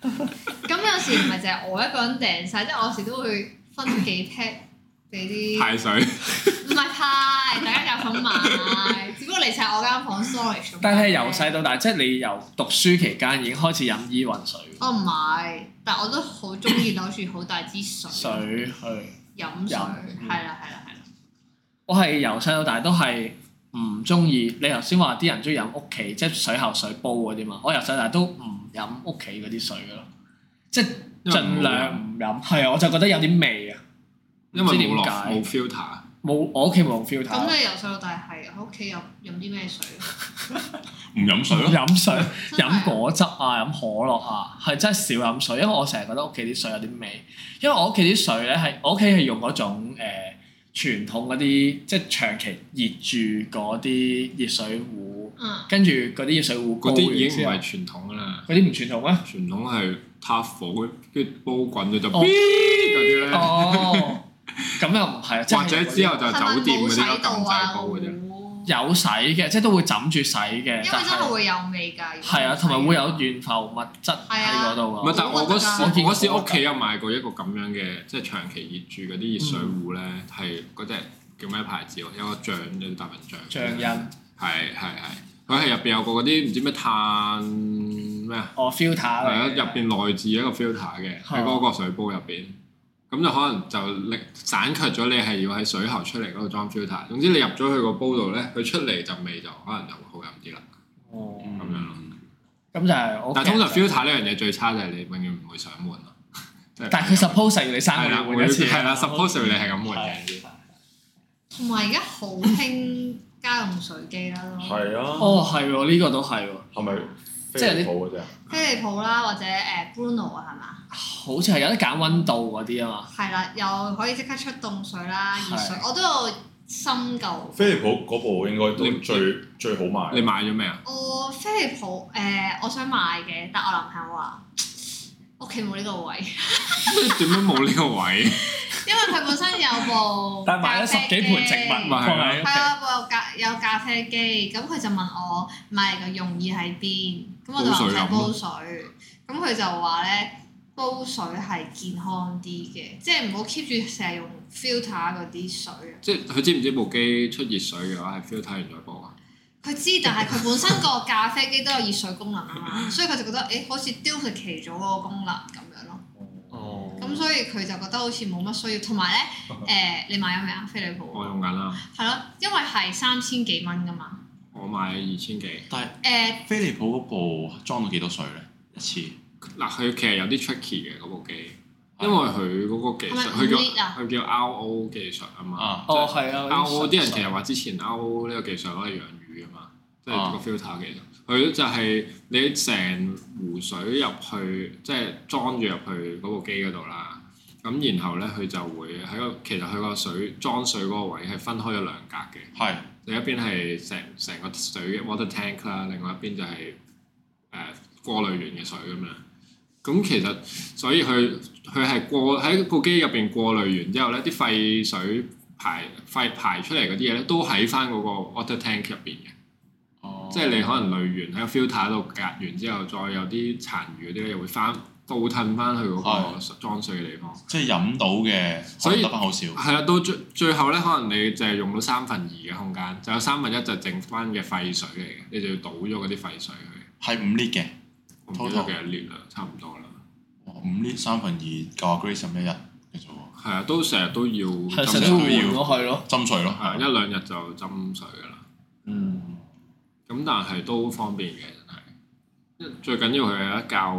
咁有時唔係淨係我一個人訂晒，即係我有時都會分幾 pack 俾啲。派水，唔係派，大家有份 買，只不過嚟晒我間房 storage。但係由細，到大，即係你由讀書期間已經開始飲依雲水，我哦唔係，但我都好中意攞住好大支水水去。飲水，係啦係啦係啦。我係由細到大都係唔中意。你頭先話啲人中意飲屋企，即係水喉水煲嗰啲嘛。我由細到大都唔飲屋企嗰啲水嘅咯，即係因為冇盡量唔飲。係啊，我就覺得有啲味啊，因唔為知冇點落解冇 filter，冇我屋企冇 filter，咁你由細到大係喺屋企飲飲啲咩水？唔飲水咯，飲水。真係嗯飲果汁啊，飲可樂啊，係真係少飲水，因為我成日覺得屋企啲水有啲味，因為我屋企啲水咧係我屋企係用嗰種誒、呃、傳統嗰啲即係長期熱住嗰啲熱水壺，嗯，跟住嗰啲熱水壺嗰啲已經經唔係傳統㗎啦。嗰啲唔傳統 咩？傳統係撻火，跟住煲滾咗就哦嗰啲咧，哦，咁又唔係啊，即係或者之後就係咪酒店冇嗰啲咯，洗到撳啊掣煲嗰啲。壺有洗嘅，即係都會枕住洗嘅，因為但真係係會有味㗎。如果係啊，同埋會有懸浮物質喺嗰度唔係，啊。但係我嗰時我見過我嗰時屋企有買過一個咁樣嘅，即係長期熱住嗰啲熱水壺咧，係嗰只叫咩牌子喎？有個象，有隻大笨象。象印，係係係，佢係入邊有個嗰啲唔知咩碳咩啊？我哦 filter 嚟係啊，嘅入邊內置一個 filter 嘅，喺嗰個水煲入邊。咁就可能就力省卻咗你係要喺水喉出嚟嗰度裝 filter。總之你入咗去個煲度咧，佢出嚟陣味就可能就會好飲啲啦。哦咁咁樣咯咁就係我。但係通常 filter 呢樣嘢最差就係你永遠唔會上門咯。 即係啊但係佢 suppose 係要你三係啦，個會月換一次，啊係啦，suppose 你係咁換嘅。係同埋而家好興家用水機啦，都係啊，哦，係喎，呢個都係喎，係咪即即係你係好嘅啫。飛利浦啦，或者誒 Bruno 啊，係嘛？好似係有得揀温度嗰啲啊嘛。係啦，又可以即刻出凍水啦、熱水，係我都有深究。飛利浦嗰部應該你都最最好賣。你買咗未啊？我飛利浦誒、我想買嘅，但我男朋友話屋企冇呢個位，點解冇呢個位？ 因為佢本身有部 但係買咗十幾盤植咖啡物機咪放喺係屋企，啊，我有咖有咖啡機，咁佢就問我買嚟嘅用意喺邊，咁我就話煲唔水使飲煲咯水，咁佢就話咧煲水係健康啲嘅，即係唔好 keep 住成日用 filter 嗰啲水啊。即係佢知唔知部機出熱水嘅話係 filter 完再煲啊？佢知，但係佢本身個咖啡機都有熱水功能啊嘛， 所以佢就覺得誒、欸好似 duplicate 咗嗰個功能咁樣咯，哦咁所以佢就覺得好似冇乜需要，同埋咧誒你買咗未啊？飛利浦我用緊啦，係咯，因為係三千幾蚊噶嘛，我買二千幾。誒、飛利浦嗰部裝到幾多水咧？一次嗱，佢其實有啲 tricky 嘅嗰部機，因為佢嗰個技係術，咪佢叫 lead 啊佢叫 RO 技術啊嘛。啊，哦係啊 RO 啲人其實話之前 RO 呢個技術攞嚟養魚啊嘛，即係個 filter 技術。佢就係你成壺水入去，即係裝住入去嗰部機嗰度啦。咁然後咧，佢就會喺個其實佢個水裝水嗰個位係分開咗兩格嘅。係另一邊係成成個水嘅 water tank 啦，另外一邊就係、誒、過濾完嘅水咁樣。咁其實所以佢佢係過喺部機入邊過濾完之後咧，啲廢水排廢排出嚟嗰啲嘢咧，都喺翻嗰個 water tank 入邊嘅。哦即係你可能濾完喺個 filter 度隔完之後，再有啲殘餘嗰啲咧，又會翻倒褪翻去嗰個裝水嘅地方。即係飲到嘅，所所以以得翻好少。係啊，到最最後咧，可能你就係用到三分二嘅空間，就有三分一就剩翻嘅廢水嚟嘅，你就要倒咗嗰啲廢水去。係五 lit 嘅，我唔記得幾多列啦，差唔多啦。哇五 lit 三分二夠阿 Grace 飲一日嘅啫喎，係啊，都成日都要係成斟水日都都要換咗去咯。斟水咯。係啊一兩日就斟水噶啦。嗯，咁但係都方便嘅，真係。最緊要佢有一教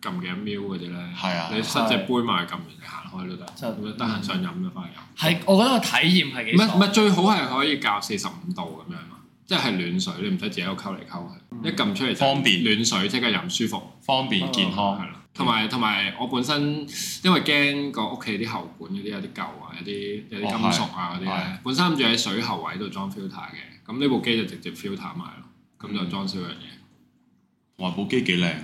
撳幾多 ml 嗰啲咧，係啊你塞隻杯埋去撳完，你行開都得。真係咁樣得閒想飲就翻去飲。係，我覺得個體驗係唔幾係唔爽。係最好係可以校四十五度咁樣嘛，即係暖水，你唔使自己喺度溝嚟溝嗯去，一撳出嚟就方便哦暖水即刻飲舒服，方便健係康。啦。同埋同埋我本身因為驚個屋企啲喉管嗰啲有啲舊啊，有啲有啲哦金屬啊嗰啲咧係，本身諗住喺水喉位度裝 filter 嘅，咁呢部機就直接 filter 埋咯，咁就裝少樣嘢同埋部機幾靚，嗯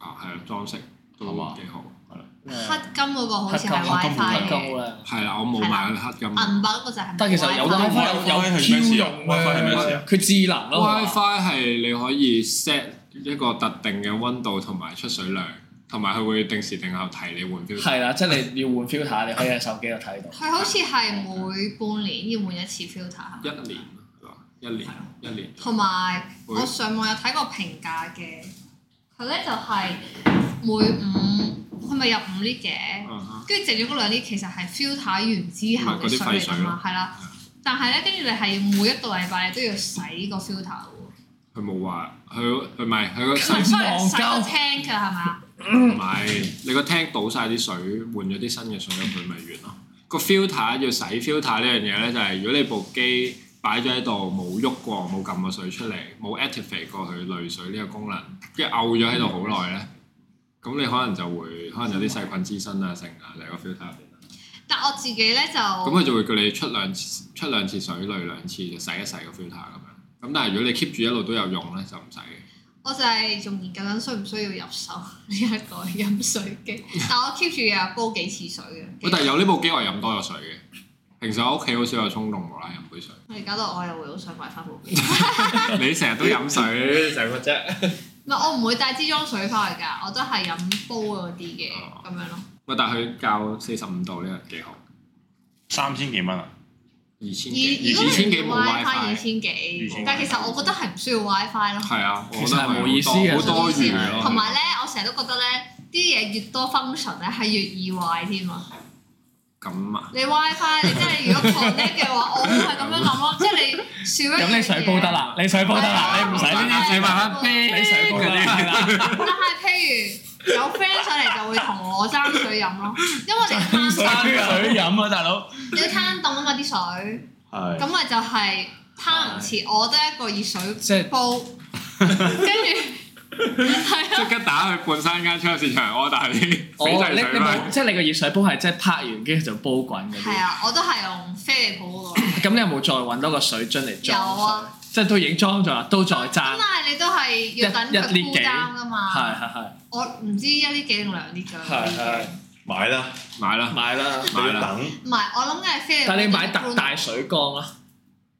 啊，係啦，裝飾都係嘛幾好。黑金嗰個好似係嗯黑黑金金係 WiFi 夠嘅，啦。係啦，我冇買黑金。銀白嗰個就係冇 WiFi。但係其實有 WiFi 有有 WiFi 係咩 Q 事啊用 WiFi 係咩事啊佢智能咯。 WiFi 係你可以 set 一個特定嘅温度同埋出水量，同埋佢會定時定候提你換 filter。係啦，即係你要換 filter，你可以喺手機度睇到。佢好似係每半年要換一次 filter 係一哦咪年係嘛？一年一年。同埋會我上網有睇過評價嘅，佢咧就係每五佢咪有五 lit 嘅，嗯哼跟住剩咗嗰兩 lit 其實係 filter 完之後嘅水嚟㗎嘛，係啦。但係咧，跟住你係每一個禮拜你都要洗個 filter 喎，佢冇話，佢佢唔係佢個唔係洗雖然洗個 tank 㗎係咪啊？唔係你個 tank 倒晒啲水，換咗啲新嘅水入去咪完咯。個 filter 要洗 filter 呢樣嘢咧，就係如果你部機擺咗喺度冇喐過，冇撳過水出嚟，冇 activate 過佢濾水呢個功能，跟住漚咗喺度好耐咧，咁你可能就會可能有啲細菌滋生啊，成啊，你個 filter 入邊啦。但我自己咧就咁啊佢就會叫你出兩次出兩次水，濾兩次就洗一洗個 filter 咁樣。咁但係如果你 keep 住一路都有用咧，就唔使嘅。我就係仲研究緊需唔需要入手 呢一個飲水 機，但我 keep 住又煲幾次水喂嘅。但係有呢部機我係飲多咗水嘅，平時我屋企好少有衝動無啦啦飲杯水。我而家到我又會好想買翻部機，你成日都飲水，就乜啫？唔係我唔會帶支裝水翻去㗎，我都係飲煲嗰啲嘅哦咁樣咯。喂，但係佢教四十五度呢樣幾好，三千幾蚊啊！二千而幾，如果二千你幾用冇 WiFi 二 WiFi，千幾2000，但係其實我覺得係唔需要 WiFi 咯。係啊，我其覺實得係冇意思嘅好係多餘咯。同埋咧，我成日都覺得咧，啲嘢越多 function 咧係越意外添啊！咁 啊，你 WiFi 你真係如果 connect 嘅話，我都係咁樣諗 咯，即係你少一樣啊咁你水煲得啦，你水煲得啦，你唔使呢啲你慢慢啤你水煲得啦，係啦。但係譬如有 friend 上嚟就會同我爭水飲咯，因為你 攤山水飲啊，大佬。你要攤凍啊嘛啲水，係咁咪就係攤唔切，我得一個熱水即係煲，跟住即刻打去半山間超級市場 order 啲我翡你翠水你啦冇，即係你個熱水煲係即係拍完跟住就煲滾嗰係啲。啊，我都係用飛利浦嗰個，咁你有冇再揾多個水樽嚟裝有啊水？即係都已經裝咗啦，都再爭咁但。係你都係要等一一佢呢 cool 幾 down 噶係嘛。係係我唔知一呢幾定兩呢係係㗎。買啦，買啦，買啦，你買要啦，等唔係，我諗嘅係飛利浦。但係你買特大水缸啦，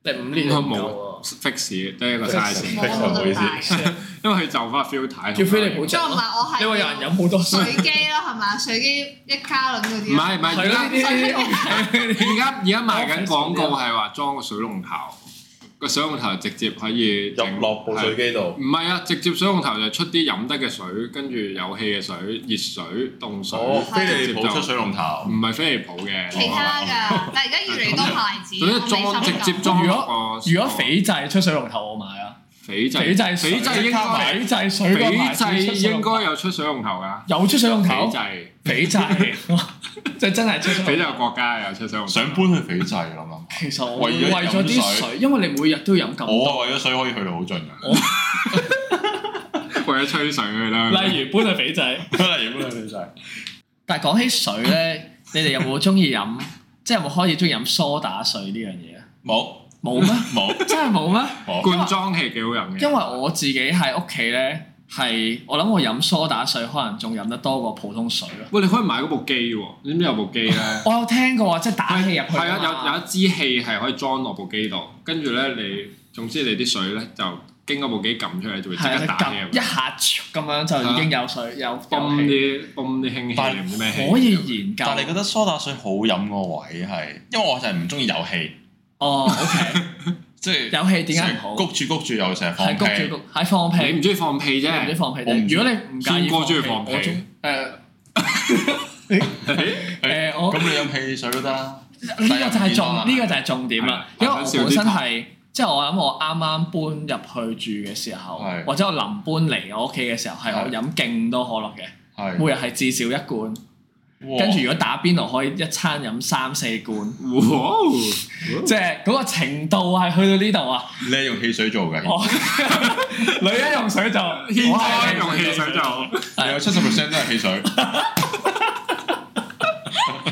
你五年都唔夠 fix 得一個冇 size，唔冇好意思咁大嘅。喎。因為佢就翻 filter，叫飛利浦再唔係我係你話有人飲好多水，水機啦，係嘛？水機一加侖嗰唔啲啊。係唔係係咯而家呢。啲呢啲。 而家而家賣緊廣告係話裝個水龍頭，個水龍頭直接可以整入落部水。係機度。唔係啊，直接水龍頭就出啲飲得嘅水，跟住有氣嘅水、熱水、凍水。哦，嗯係飛利浦出水龍頭唔，係飛利浦嘅，其他㗎，但係而家越嚟越多牌子， 總之我裝未直心接急裝如落果個如果斐濟出水龍頭，我買啊。斐濟斐濟斐濟水應該斐濟水缸斐牌子出濟水龍應頭該有出水龍頭㗎，有出水龍斐頭，濟斐 濟就真係出水斐龍濟頭。國家有出水龍頭。想搬去斐濟諗諗。其實我為咗飲為咗啲水水，因為你每日都要飲咁我多，啊為咗水可以去到好盡啊 嘅，為咗吹水佢啦。例如搬去斐濟。例如搬去斐濟。但係講起水 咧，你哋有冇中意飲？即係有冇開始中意飲梳打水呢樣嘢啊？冇冇咩？ 冇真係冇 咩？ 冇，罐裝氣幾好飲嘅，因為我自己喺屋企咧，係我諗我飲梳打水可能仲飲得多過普通水咯。喂你可以買嗰部機喎，你知唔知有部機咧？我有聽過啊，即係打氣入去係㗎嘛啊，有有一支氣係可以裝落部機度，跟住咧你總之你啲水咧就經過部機撳出嚟，就會即係啊刻你打氣撳入一去，啊下咁樣就已經有水有泵有氣啲泵啲氫氣定唔知咩氣。可以研究但。係你覺得梳打水好飲個位係，因為我就係唔中意有氣，哦，OK，即係有氣點解唔好？谷住谷住又成日放係屁，谷住谷，係放你屁唔。中意放屁你唔知 啫，放屁我唔定？知如果你唔介意孫哥中意放我中屁誒誒我咁你飲汽水都得啊。呢個就係重係啊呢個就係重點啦，係因啊為我本身係即係我諗我啱啱搬入去住嘅時候係，或者我臨搬嚟我屋企嘅時候，係我係飲勁多可樂嘅，係，每日係至少一罐，跟住如果打邊爐可以一餐飲三四罐，哇！即係嗰個程度係去到呢度啊！你係用汽水做嘅，我 女人用水就天我災係用汽水就好你有七十 percent 都係 汽水，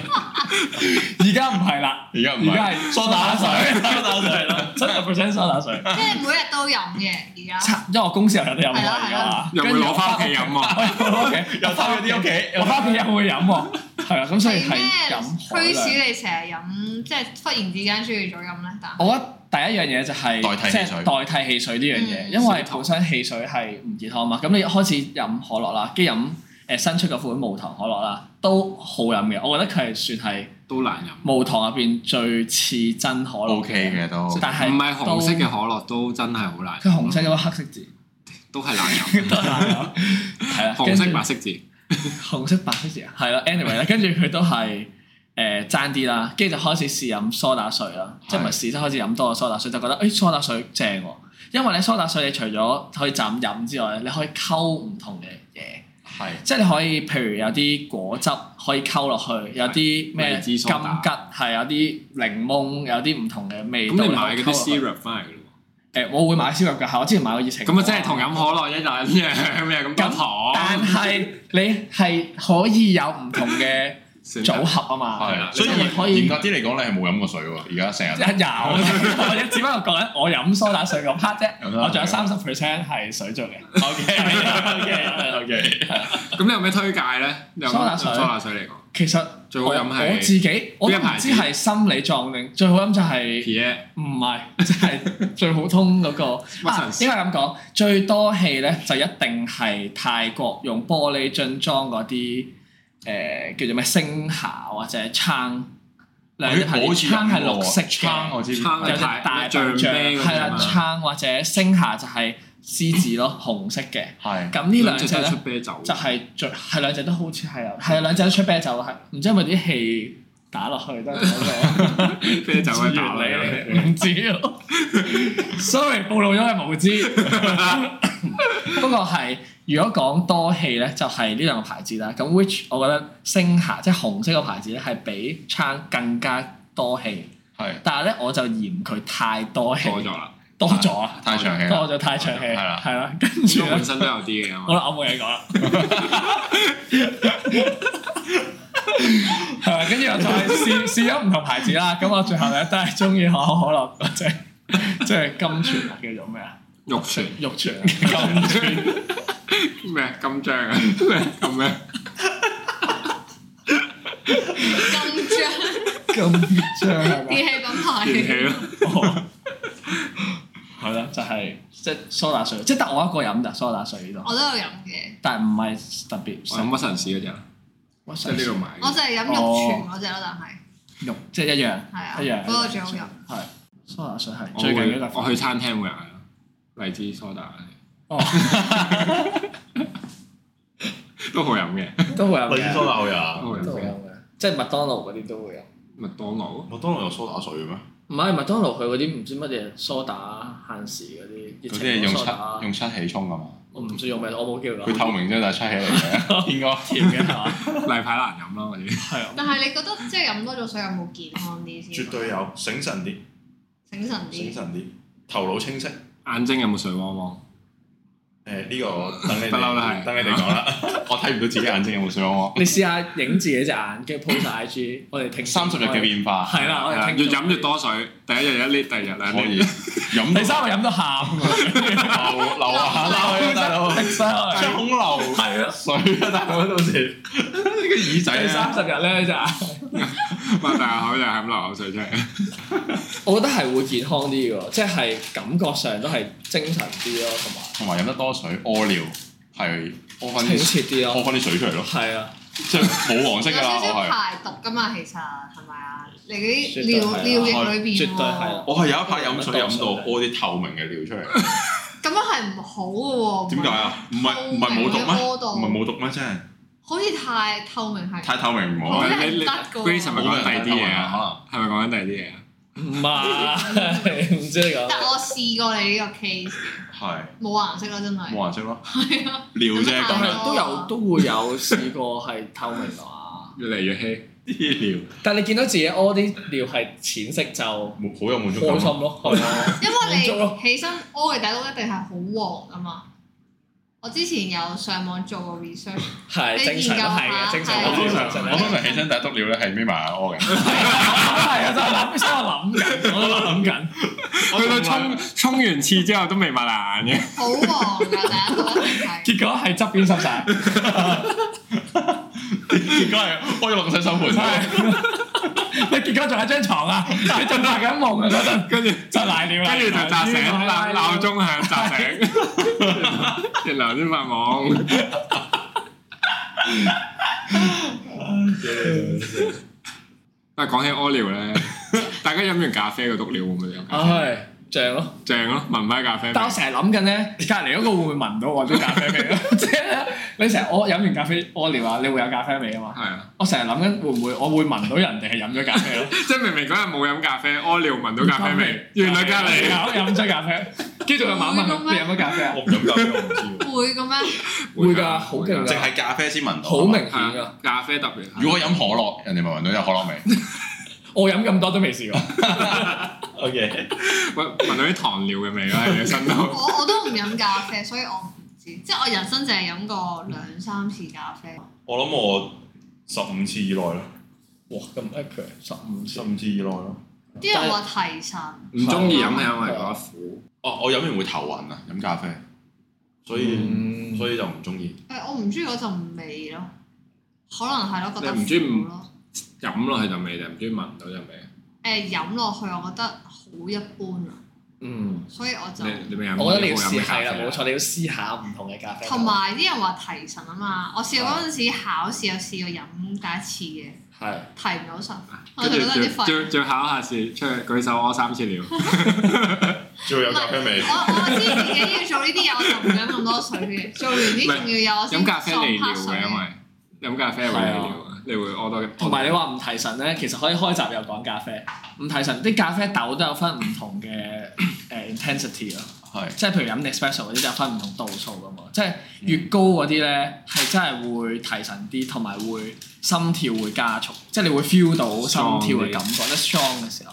而家唔係啦，而家唔而家係。係梳打水梳打水啦，七十 percent 梳打水。即係每日都飲嘅，而家因為我公司又有得飲喎，而家嘛又會攞翻屋企飲 喎。我屋企又翻咗啲屋企，我又翻屋企又會飲喎，係啊，咁所以係飲海驅量。使你成日飲，即係忽然之間中意咗飲咧？但我覺得第一樣嘢就係代替即汽水係代替汽水呢樣嘢，嗯因為本身汽水係唔健康嘛。咁你開始飲可樂啦，跟住飲誒新出嗰款無糖可樂啦，都好飲嘅。我覺得佢係算係都難飲，無糖入邊最似真可樂 OK 嘅都。但係唔係紅色嘅可樂都真係好難飲。佢紅色嗰個黑色字，都係難 飲，都係啦係啦，紅色白色、色字。紅色白色字啊，係啦。anyway 啦，跟住佢都係。誒爭啲啦，跟住就開始試飲梳打水啦，即係唔係係試即係開始飲多咗梳打水，就覺得誒、哎梳打水正喎、因為咧梳打水你除咗可以就咁飲之外咧，你可以溝唔同嘅嘢，係即係你可以譬如有啲果汁可以溝落去，有啲咩荔金枝桔梳打係有啲檸檬，有啲唔同嘅味道咁你可買以嗰溝啲落去。 syrup 翻嚟嘅咯誒、我會買燒肉㗎，係我之前買過熱情喎，果。咁啊真係同飲可樂一樣一樣咩啊咁多但糖。係你係可以有唔同嘅組合啊嘛，係，你所以你可以啊嚴格啲嚟講，你係冇飲過水喎。而家成日都有，我 只不過講緊我飲梳打水個 part 啫，有得我仲有三十 percent 係水做嘅。OK 啊 OK OK。 咁你有咩推介咧？你有梳打水梳打水嚟講 其實最好飲我係我自己，我都唔知係心理狀定最好飲就係，Pierre 唔係 即係最普通嗰個啊 Watsons 應該咁講，最多氣咧就一定係泰國用玻璃樽裝嗰啲誒叫做咩星霞或者撐兩隻牌子，撐係綠色嘅撐。我知，撐有隻大笨象，係啦，撐或者星下就係獅子咯，紅色嘅。係咁呢兩隻真係出咧啤酒，就係最係兩隻都好似係有，係兩隻都出啤酒係，唔知係咪啲氣打落去都係嗰個 啤酒嘅 打嚟。原理唔知咯。Sorry，暴露咗係無知。不過係，如果講多氣咧，就係呢兩個牌子啦。咁 which 我覺得星下即係紅色個牌子咧，係比撐更加多氣，係但係咧我就嫌佢太多氣過。咗啦，多咗啊，太長氣啦多咗太長氣，係啦係啦，跟應住該咧本，身都有啲嘅嘛好。啦，我冇嘢講啦。係啦，跟住我再試試咗唔同牌子啦，咁我最後咧都係中意可口可樂嗰只，即係金泉啊叫做咩啊？肉船玉泉啊金泉。咩金章啊？咩咁咩？ 咁 張咁張係電器品牌電器咯，咪？係啦，就係即係蘇打水，即係得我一個飲咋蘇打水呢度，我都有飲嘅，但係唔係特別我乜神士嗰只，啊即係呢度買我嘅。就係飲肉泉嗰只咯，但係肉，即係一樣係啊一樣。嗰個最哎好飲。係蘇打水係我最近會嗰個我去餐廳會嗌咯，荔枝梳打哦， 都好飲嘅，都會有荔枝嘅，蘇打好呀都，好飲都會有嘅。嘅，即係麥當勞嗰啲都會有。麥當勞麥當勞有蘇打水嘅咩？唔係麥當勞佢嗰啲唔知乜嘢蘇打限時嗰啲，熱嗰情啲係用蘇打七用七喜沖噶嘛，我唔知用咩，我冇叫 過。佢透明啫，但係七喜嚟嘅，應該。甜嘅係嘛？例牌難飲咯，嗰啲係啊，但係你覺得即係飲多咗水有冇健康啲 先？絕對啊有，醒神啲，醒神醒啲。神啲，頭腦清晰。眼睛有冇水汪汪？誒呢個我 等你哋不嬲都係等你哋講啦。 我睇唔到自己眼睛有冇水汪你試下影自己隻眼，跟住 po 晒 IG，我哋聽三十日嘅變化係啦，我係哋啊聽越飲越多水，第一日一 lit，第二日兩可 lit。以飲第到三個飲到喊流流下啦，大佬滴晒落嚟，中流係啊！水啊，大佬到時呢個耳仔第三啊，十日咧就係，擘大口就係咁流口水出嚟。我覺得係會健康啲嘅，即係感覺上都係精神啲咯，同埋飲得多水屙尿係屙同翻埋清啲澈啲屙咯，翻啲水出嚟咯，係啊，即係冇黃色有㗎啦，少啊我少係。排毒㗎嘛，其實係咪啊？你嗰啲絕對尿係尿啊液裏邊絕對係啊喎，我係有一排飲水飲到屙啲透明嘅尿哦出嚟，咁樣係唔好嘅喎。點解？啊？唔係哦唔係冇毒啊咩？唔係冇毒咩？真係好似太透明係。太透明唔好好啊。係你你得㗎喎 Grace 係咪講第啲嘢啊？係咪講緊第啲嘢啊？唔係唔知你講咩但。我試過你呢個 case 嘅係冇顏色咯，真係。冇顏色咯，啊係啊，尿啫但咁係樣都有都會有試過係透明啊！越嚟越稀，啲尿 但係你見到自己屙啲尿係淺色就冇好有滿足開感。心 咯，係啊，因滿足為咯你起身屙嘅底都一定係好黃㗎嘛。我之前有上網做過 research，係正常都係嘅，啊正常我都通係常嘅正常我通常起身第一篤尿咧係眯埋眼屙 嘅，係啊，真係諗，真係諗緊，我都諗緊。去到沖沖完廁之後都未擘爛嘅。好黃㗎，大家都一定 係。結果係側邊濕晒，結果係屙咗落個洗手盆。你結果仲喺張床啊，你仲發緊夢啊嗰陣，跟住就賴尿啦，跟住就扎醒，鬧鬧鐘響扎醒，然後先發夢。但係講起屙尿咧，大家飲完咖啡個篤尿會唔會有咖啡？唉，正咯。正咯，聞翻咖啡味但。我成日諗緊咧，隔離嗰個會唔會聞到我啲咖啡味咧？ 即係咧，你成日屙飲完咖啡屙尿啊，你會有咖啡味啊嘛。係啊，我成日諗緊會唔會我會聞到人哋係飲咗咖啡咯？即係明明嗰日冇飲咖啡，屙尿聞到咖啡味，原來隔離有啊飲咗咖啡，跟住佢晚問會佢嘅咩你飲咗咖啡啊？我唔飲咖啡，我唔知喎。會嘅咩？會㗎，好 勁淨㗎，係咖啡先聞到，好明顯係㗎啊。，咖啡特別香。如果飲可樂，人哋咪聞到有可樂味。我飲咁多都未試過， O K，喂，聞到啲糖尿嘅味啦喺你身度。我我都唔飲咖啡，所以我唔知。即係我人生淨係飲過兩三次咖啡。我諗我十五次以內咯，哇咁 accurate，十五十五次以內咯。啲人話提神，唔中意飲係啊因為覺得苦。哦，我飲完會頭暈啊，飲咖啡，所以嗯所以就唔中意。誒我唔中意嗰陣味咯，可能係咯，覺得你唔中意苦咯。飲落去就味定唔中意聞到就味？誒飲落去我覺得好一般啊，嗯，所以我就你你未飲？我覺得你要試係啊啦，冇錯，你要試下唔同嘅咖啡。同埋啲人話提神啊嘛。我試過嗰陣時考試有試過飲第一次嘅，係提唔到神，我跟就住覺得有啲最最廢。最考下試，出去舉手屙三次尿，最後有咖啡味我。我知自己要做呢啲嘢，我就唔飲咁多水嘅。做完啲仲要有我先飲咖啡利喪尿拍水嘅，因為飲咖啡會利尿嘅，你會屙多嘅。啊同埋你話唔提神咧，其實可以開集又講咖啡。唔提神啲咖啡豆都有分唔同嘅誒 intensity 咯，係即係譬如飲 espresso 嗰啲都有分唔同度數噶嘛。即係越高嗰啲咧係真係會提神啲，同埋會心跳會加速，即係你會 feel 到心跳嘅感覺，即係 strong 嘅時候。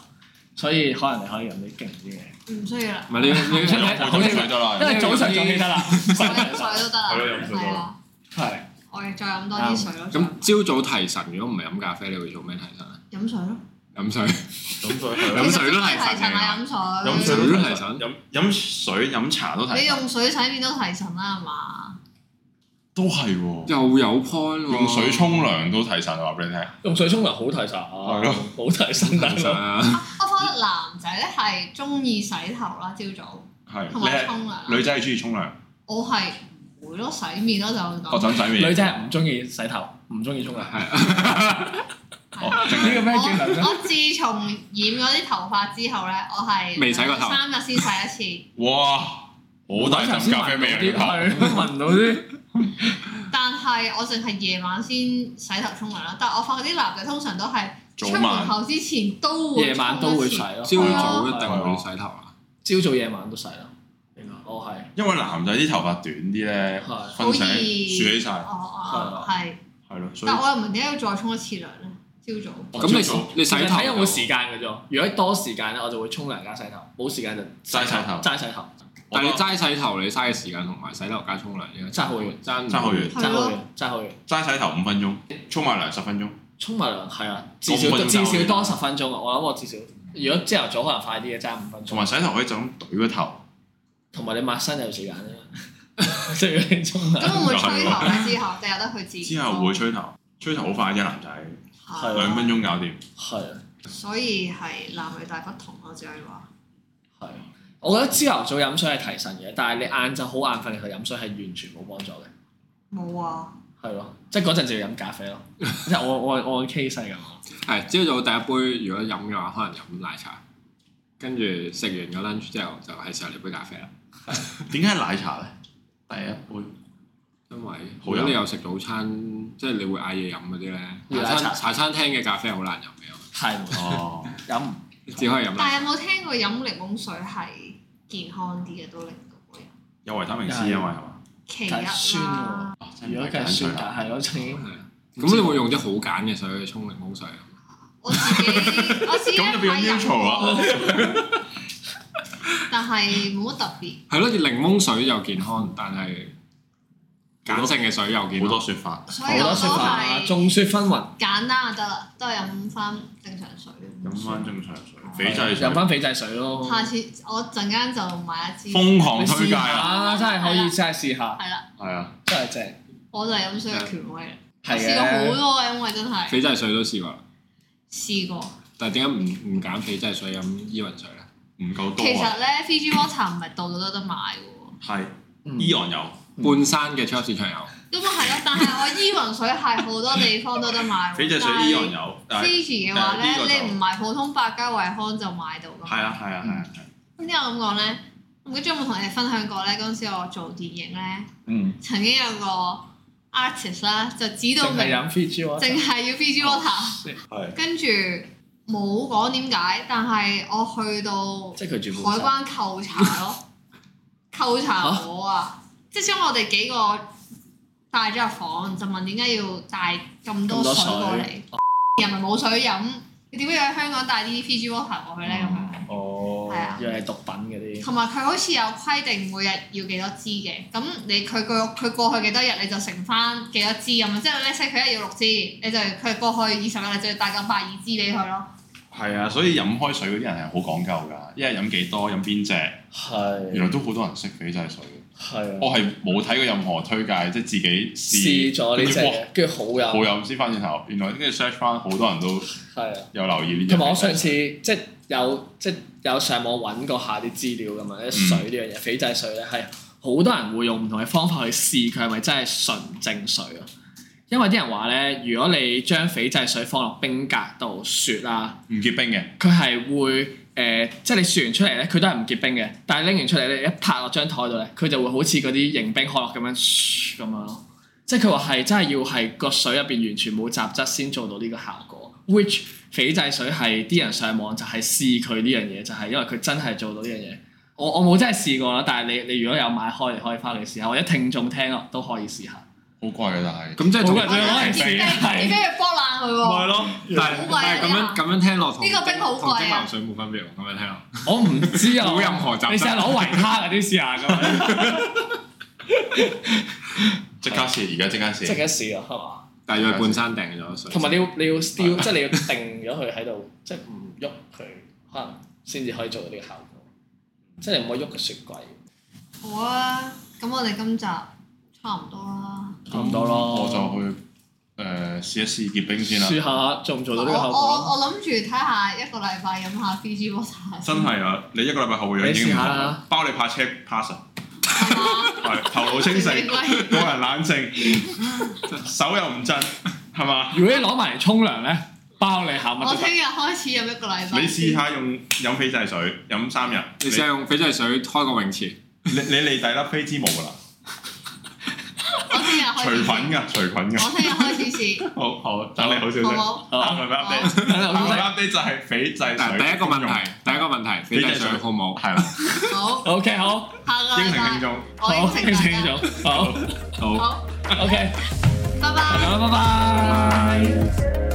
所以可能你可以用啲勁啲嘅，唔需要啦，唔係你 你出你嚟我飲水咗啦，因為早上仲記得啦，我飲水都得啦，係咯飲水都得係啦，係我哋再飲多啲水咯，再咁朝早提神，如果唔係飲咖啡，你會做咩提神啊？飲水咯，飲水，飲水係飲水都係提神神啊，嚟㗎飲水都飲水，水都提提神，神飲飲水飲茶都你提，用水洗面都提神啦，係嘛？都係喎，又有 point 喎。用水沖涼都提神，話俾你聽。用水沖涼好提神，啊係咯好提神大提神佬。啊！ 啊我發覺男仔咧係中意洗頭啦，朝早係同你埋係沖涼。女仔係中意沖涼，我係唔會咯，洗面咯就會學講。枕洗面。女仔係唔中意洗頭，唔中意沖涼。係係哦呢個咩我叫男我自從染咗啲頭髮之後咧，我係未洗過頭三日先洗哇！好大陣咖啡味啊！係聞到啲。一次，但係我淨係夜晚先洗頭沖涼啦。但係我發覺啲男仔通常都係早出門晚口之前都會夜晚都會洗咯，朝係啊早一定會洗頭啊！朝早夜晚都洗咯。應該我係因為男仔啲頭髮短啲咧，係瞓醒好易豎沖起晒，一次。哦哦係，係咯，啊所以但我又唔點解要再沖一次涼咧？朝 早咁你你洗啊其實頭睇有冇時間嘅啫。如果多時間咧，我就會沖涼加洗頭；冇時間就齋洗頭齋洗頭但係你齋洗頭，你嘥嘅時間同埋洗頭加沖涼嘅真係好遠爭爭好遠係齋好遠咯，齋好遠。齋洗頭五分鐘，沖埋涼十分鐘，沖埋涼係啊，至我少五分鐘至少就多完十分鐘啊！我諗我至少，如果朝頭早可能快啲嘅，爭五同分鐘。埋洗頭可以就咁懟個頭，同埋你抹身有時間啫嘛， 即係如果你沖涼咁會唔會吹頭咧？之後定有得去自啊之後會吹頭，吹頭好快啫，男仔係兩分鐘搞掂。係啊所以係男女大不同咯，只可以話。係啊。我覺得朝頭早飲水係提神嘅，但係你晏晝好眼瞓，你去飲水係完全冇幫助嘅。冇啊，係咯，即係嗰陣就要飲咖啡咯。即係我我我 case 係咁啊。係朝早第一杯，如果飲嘅話，可能飲奶茶，跟住食完個 lunch 之後，就係時候嚟杯咖啡啦。點解係奶茶咧？第一杯因為好如飲果你有食早餐，即係你會嗌嘢飲嗰啲咧，要茶奶茶餐茶餐廳嘅咖啡好難飲嘅，係哦，飲唔只可以飲奶但係有冇聽過飲檸檬水係健康啲嘅都令到個人？有維他命 C 因為係嘛？其一係酸啦，喎。哦真係如果唔計係酸水鹼係咯，曾經茶。咁你會用啲好揀嘅水去沖檸檬水啊？我自己我自己咁就啊變咗係飲 neutral 過，但係冇乜特別。係咯，檸檬水又健康，但係鹼性嘅水又健啊好康多。説法，所好以我多都説法啊，係眾說紛紜。簡單啊就得啦，都係飲翻正常水。飲翻正常水，斐濟水飲，翻斐濟水咯。下次我陣間就買一支。瘋狂你推試介下啊！啊！真係可以真係試下，係啦，係啊，真係正。我就係飲水嘅權威啦。我係試過好嘅，多嘅，因為真係斐濟水都試過啦，試過。但係點解唔唔揀斐濟水飲依雲水咧？唔夠其多啊，實咧，Fiji Water 唔係度度都得買嘅係嗯伊昂 E 有，嗯半山嘅超市場喎，有，咁啊係咯。但係我依雲水係好多地方都得買喎。斐濟水伊昂有，但但係係 Fiji 嘅話咧但係呢個，就你唔係普通百佳惠康就買到㗎。係啊係啊係啊，係啊咁點解我咁講咧？唔記得有冇同你哋分享過咧？嗰陣時我做電影咧，嗯。曾經有個 artist 啦，就指到淨明係飲 Fiji 哦喎。淨係要 Fiji Water，係跟住冇講點解，但係我去到即係佢住海關扣查咯， 扣查我啊！即係將我哋幾個帶咗入房，就問點解要帶咁多咁多水哦過嚟水？又咪冇水飲，你點解要喺香港帶啲 Fiji water 過去咧？咁樣哦係啊又係毒品嗰啲。同埋佢好似有規定每日要幾多支嘅，咁你佢個佢過去幾多日你就乘翻幾多支咁樣，即係咧，即係佢一日要六支，你就佢過去二十日你就要帶咁百二支俾佢咯。係啊，所以飲開水嗰啲人係好講究㗎，一係飲幾多，飲邊隻，係嗯原來都好多人識斐濟水嘅。係啊。我係冇睇過任何推介，即係自己試試咗呢跟住哇只，跟住好好飲。飲先翻轉頭，原來跟住 search 翻好多人都係啊。有留意呢啲。同埋我上次即係有即係有上網揾過下啲資料咁樣，啲水呢樣嘢，斐濟水咧係好多人會用唔同嘅方法去試佢係咪真係純正水咯。因為啲人話咧，如果你將斐濟水放落冰格度雪啊啦，唔結冰嘅，佢係會誒、呃即係你雪完出嚟咧，佢都係唔結冰嘅。但係拎完出嚟咧，一拍落張台度咧，佢就會好似嗰啲迎冰可樂咁樣噓咁樣咯。即係佢話係真係要係個水入邊完全冇雜質先做到呢個效果。which 斐濟水係啲人上網就係試佢呢樣嘢，就係、因為佢真係做到呢樣嘢。我我冇真係試過啦，但係你你如果有買開，你可以翻嚟試下，或者聽眾聽咯都可以試下。好貴嘅，但係咁即係同好嘅我最好係哋結冰，係結冰要剝爛佢咪喎。咯，但好係貴啊但係咁呢樣咁樣聽落同呢個冰好貴啊同蒸餾水冇分別喎，咁樣聽落。我唔知啊，冇任何習慣你試下攞維他嗰啲試下咁樣，即刻試，而家即刻試。即刻試啊，係嘛？但係要去半山訂咗水。同 埋你要你要 still 即係你要定咗佢喺度，即係唔喐佢，可能先至可以做到呢個效果。即係你唔可以喐個雪櫃。好啊，咁我哋今集差唔多啦。差唔多咯嗯我就去誒試一試結冰先啦。試下做唔做我到呢個效我果？我諗住睇下一個禮拜飲下 Fiji water 真係啊！你一個禮拜後嘅樣已經你試唔下同啦啦，包你拍車 pass 啊，係嘛？係頭腦 清醒，個人冷靜，手又唔震，係嘛？如果你攞埋嚟沖涼咧，包你下乜哦我都得。聽日開始飲一個禮拜。你試下用飲翡翠水飲三日，你試下用翡翠水開個泳池，你你你地底粒飛枝毛㗎啦，我聽日開除始菌試。㗎，除菌㗎。我聽日開始試，好好，等你好少好少。冇？下個禮拜 update，好下個禮拜 update 就係翡翠哦嗱水。第一個問題，第一個問題，翡翡翠翠水水好冇？係啦， 好， OK，好，下個應禮承聽拜眾。我好，應承大家。咗，好好。好， ，OK，拜拜。好，拜拜。拜。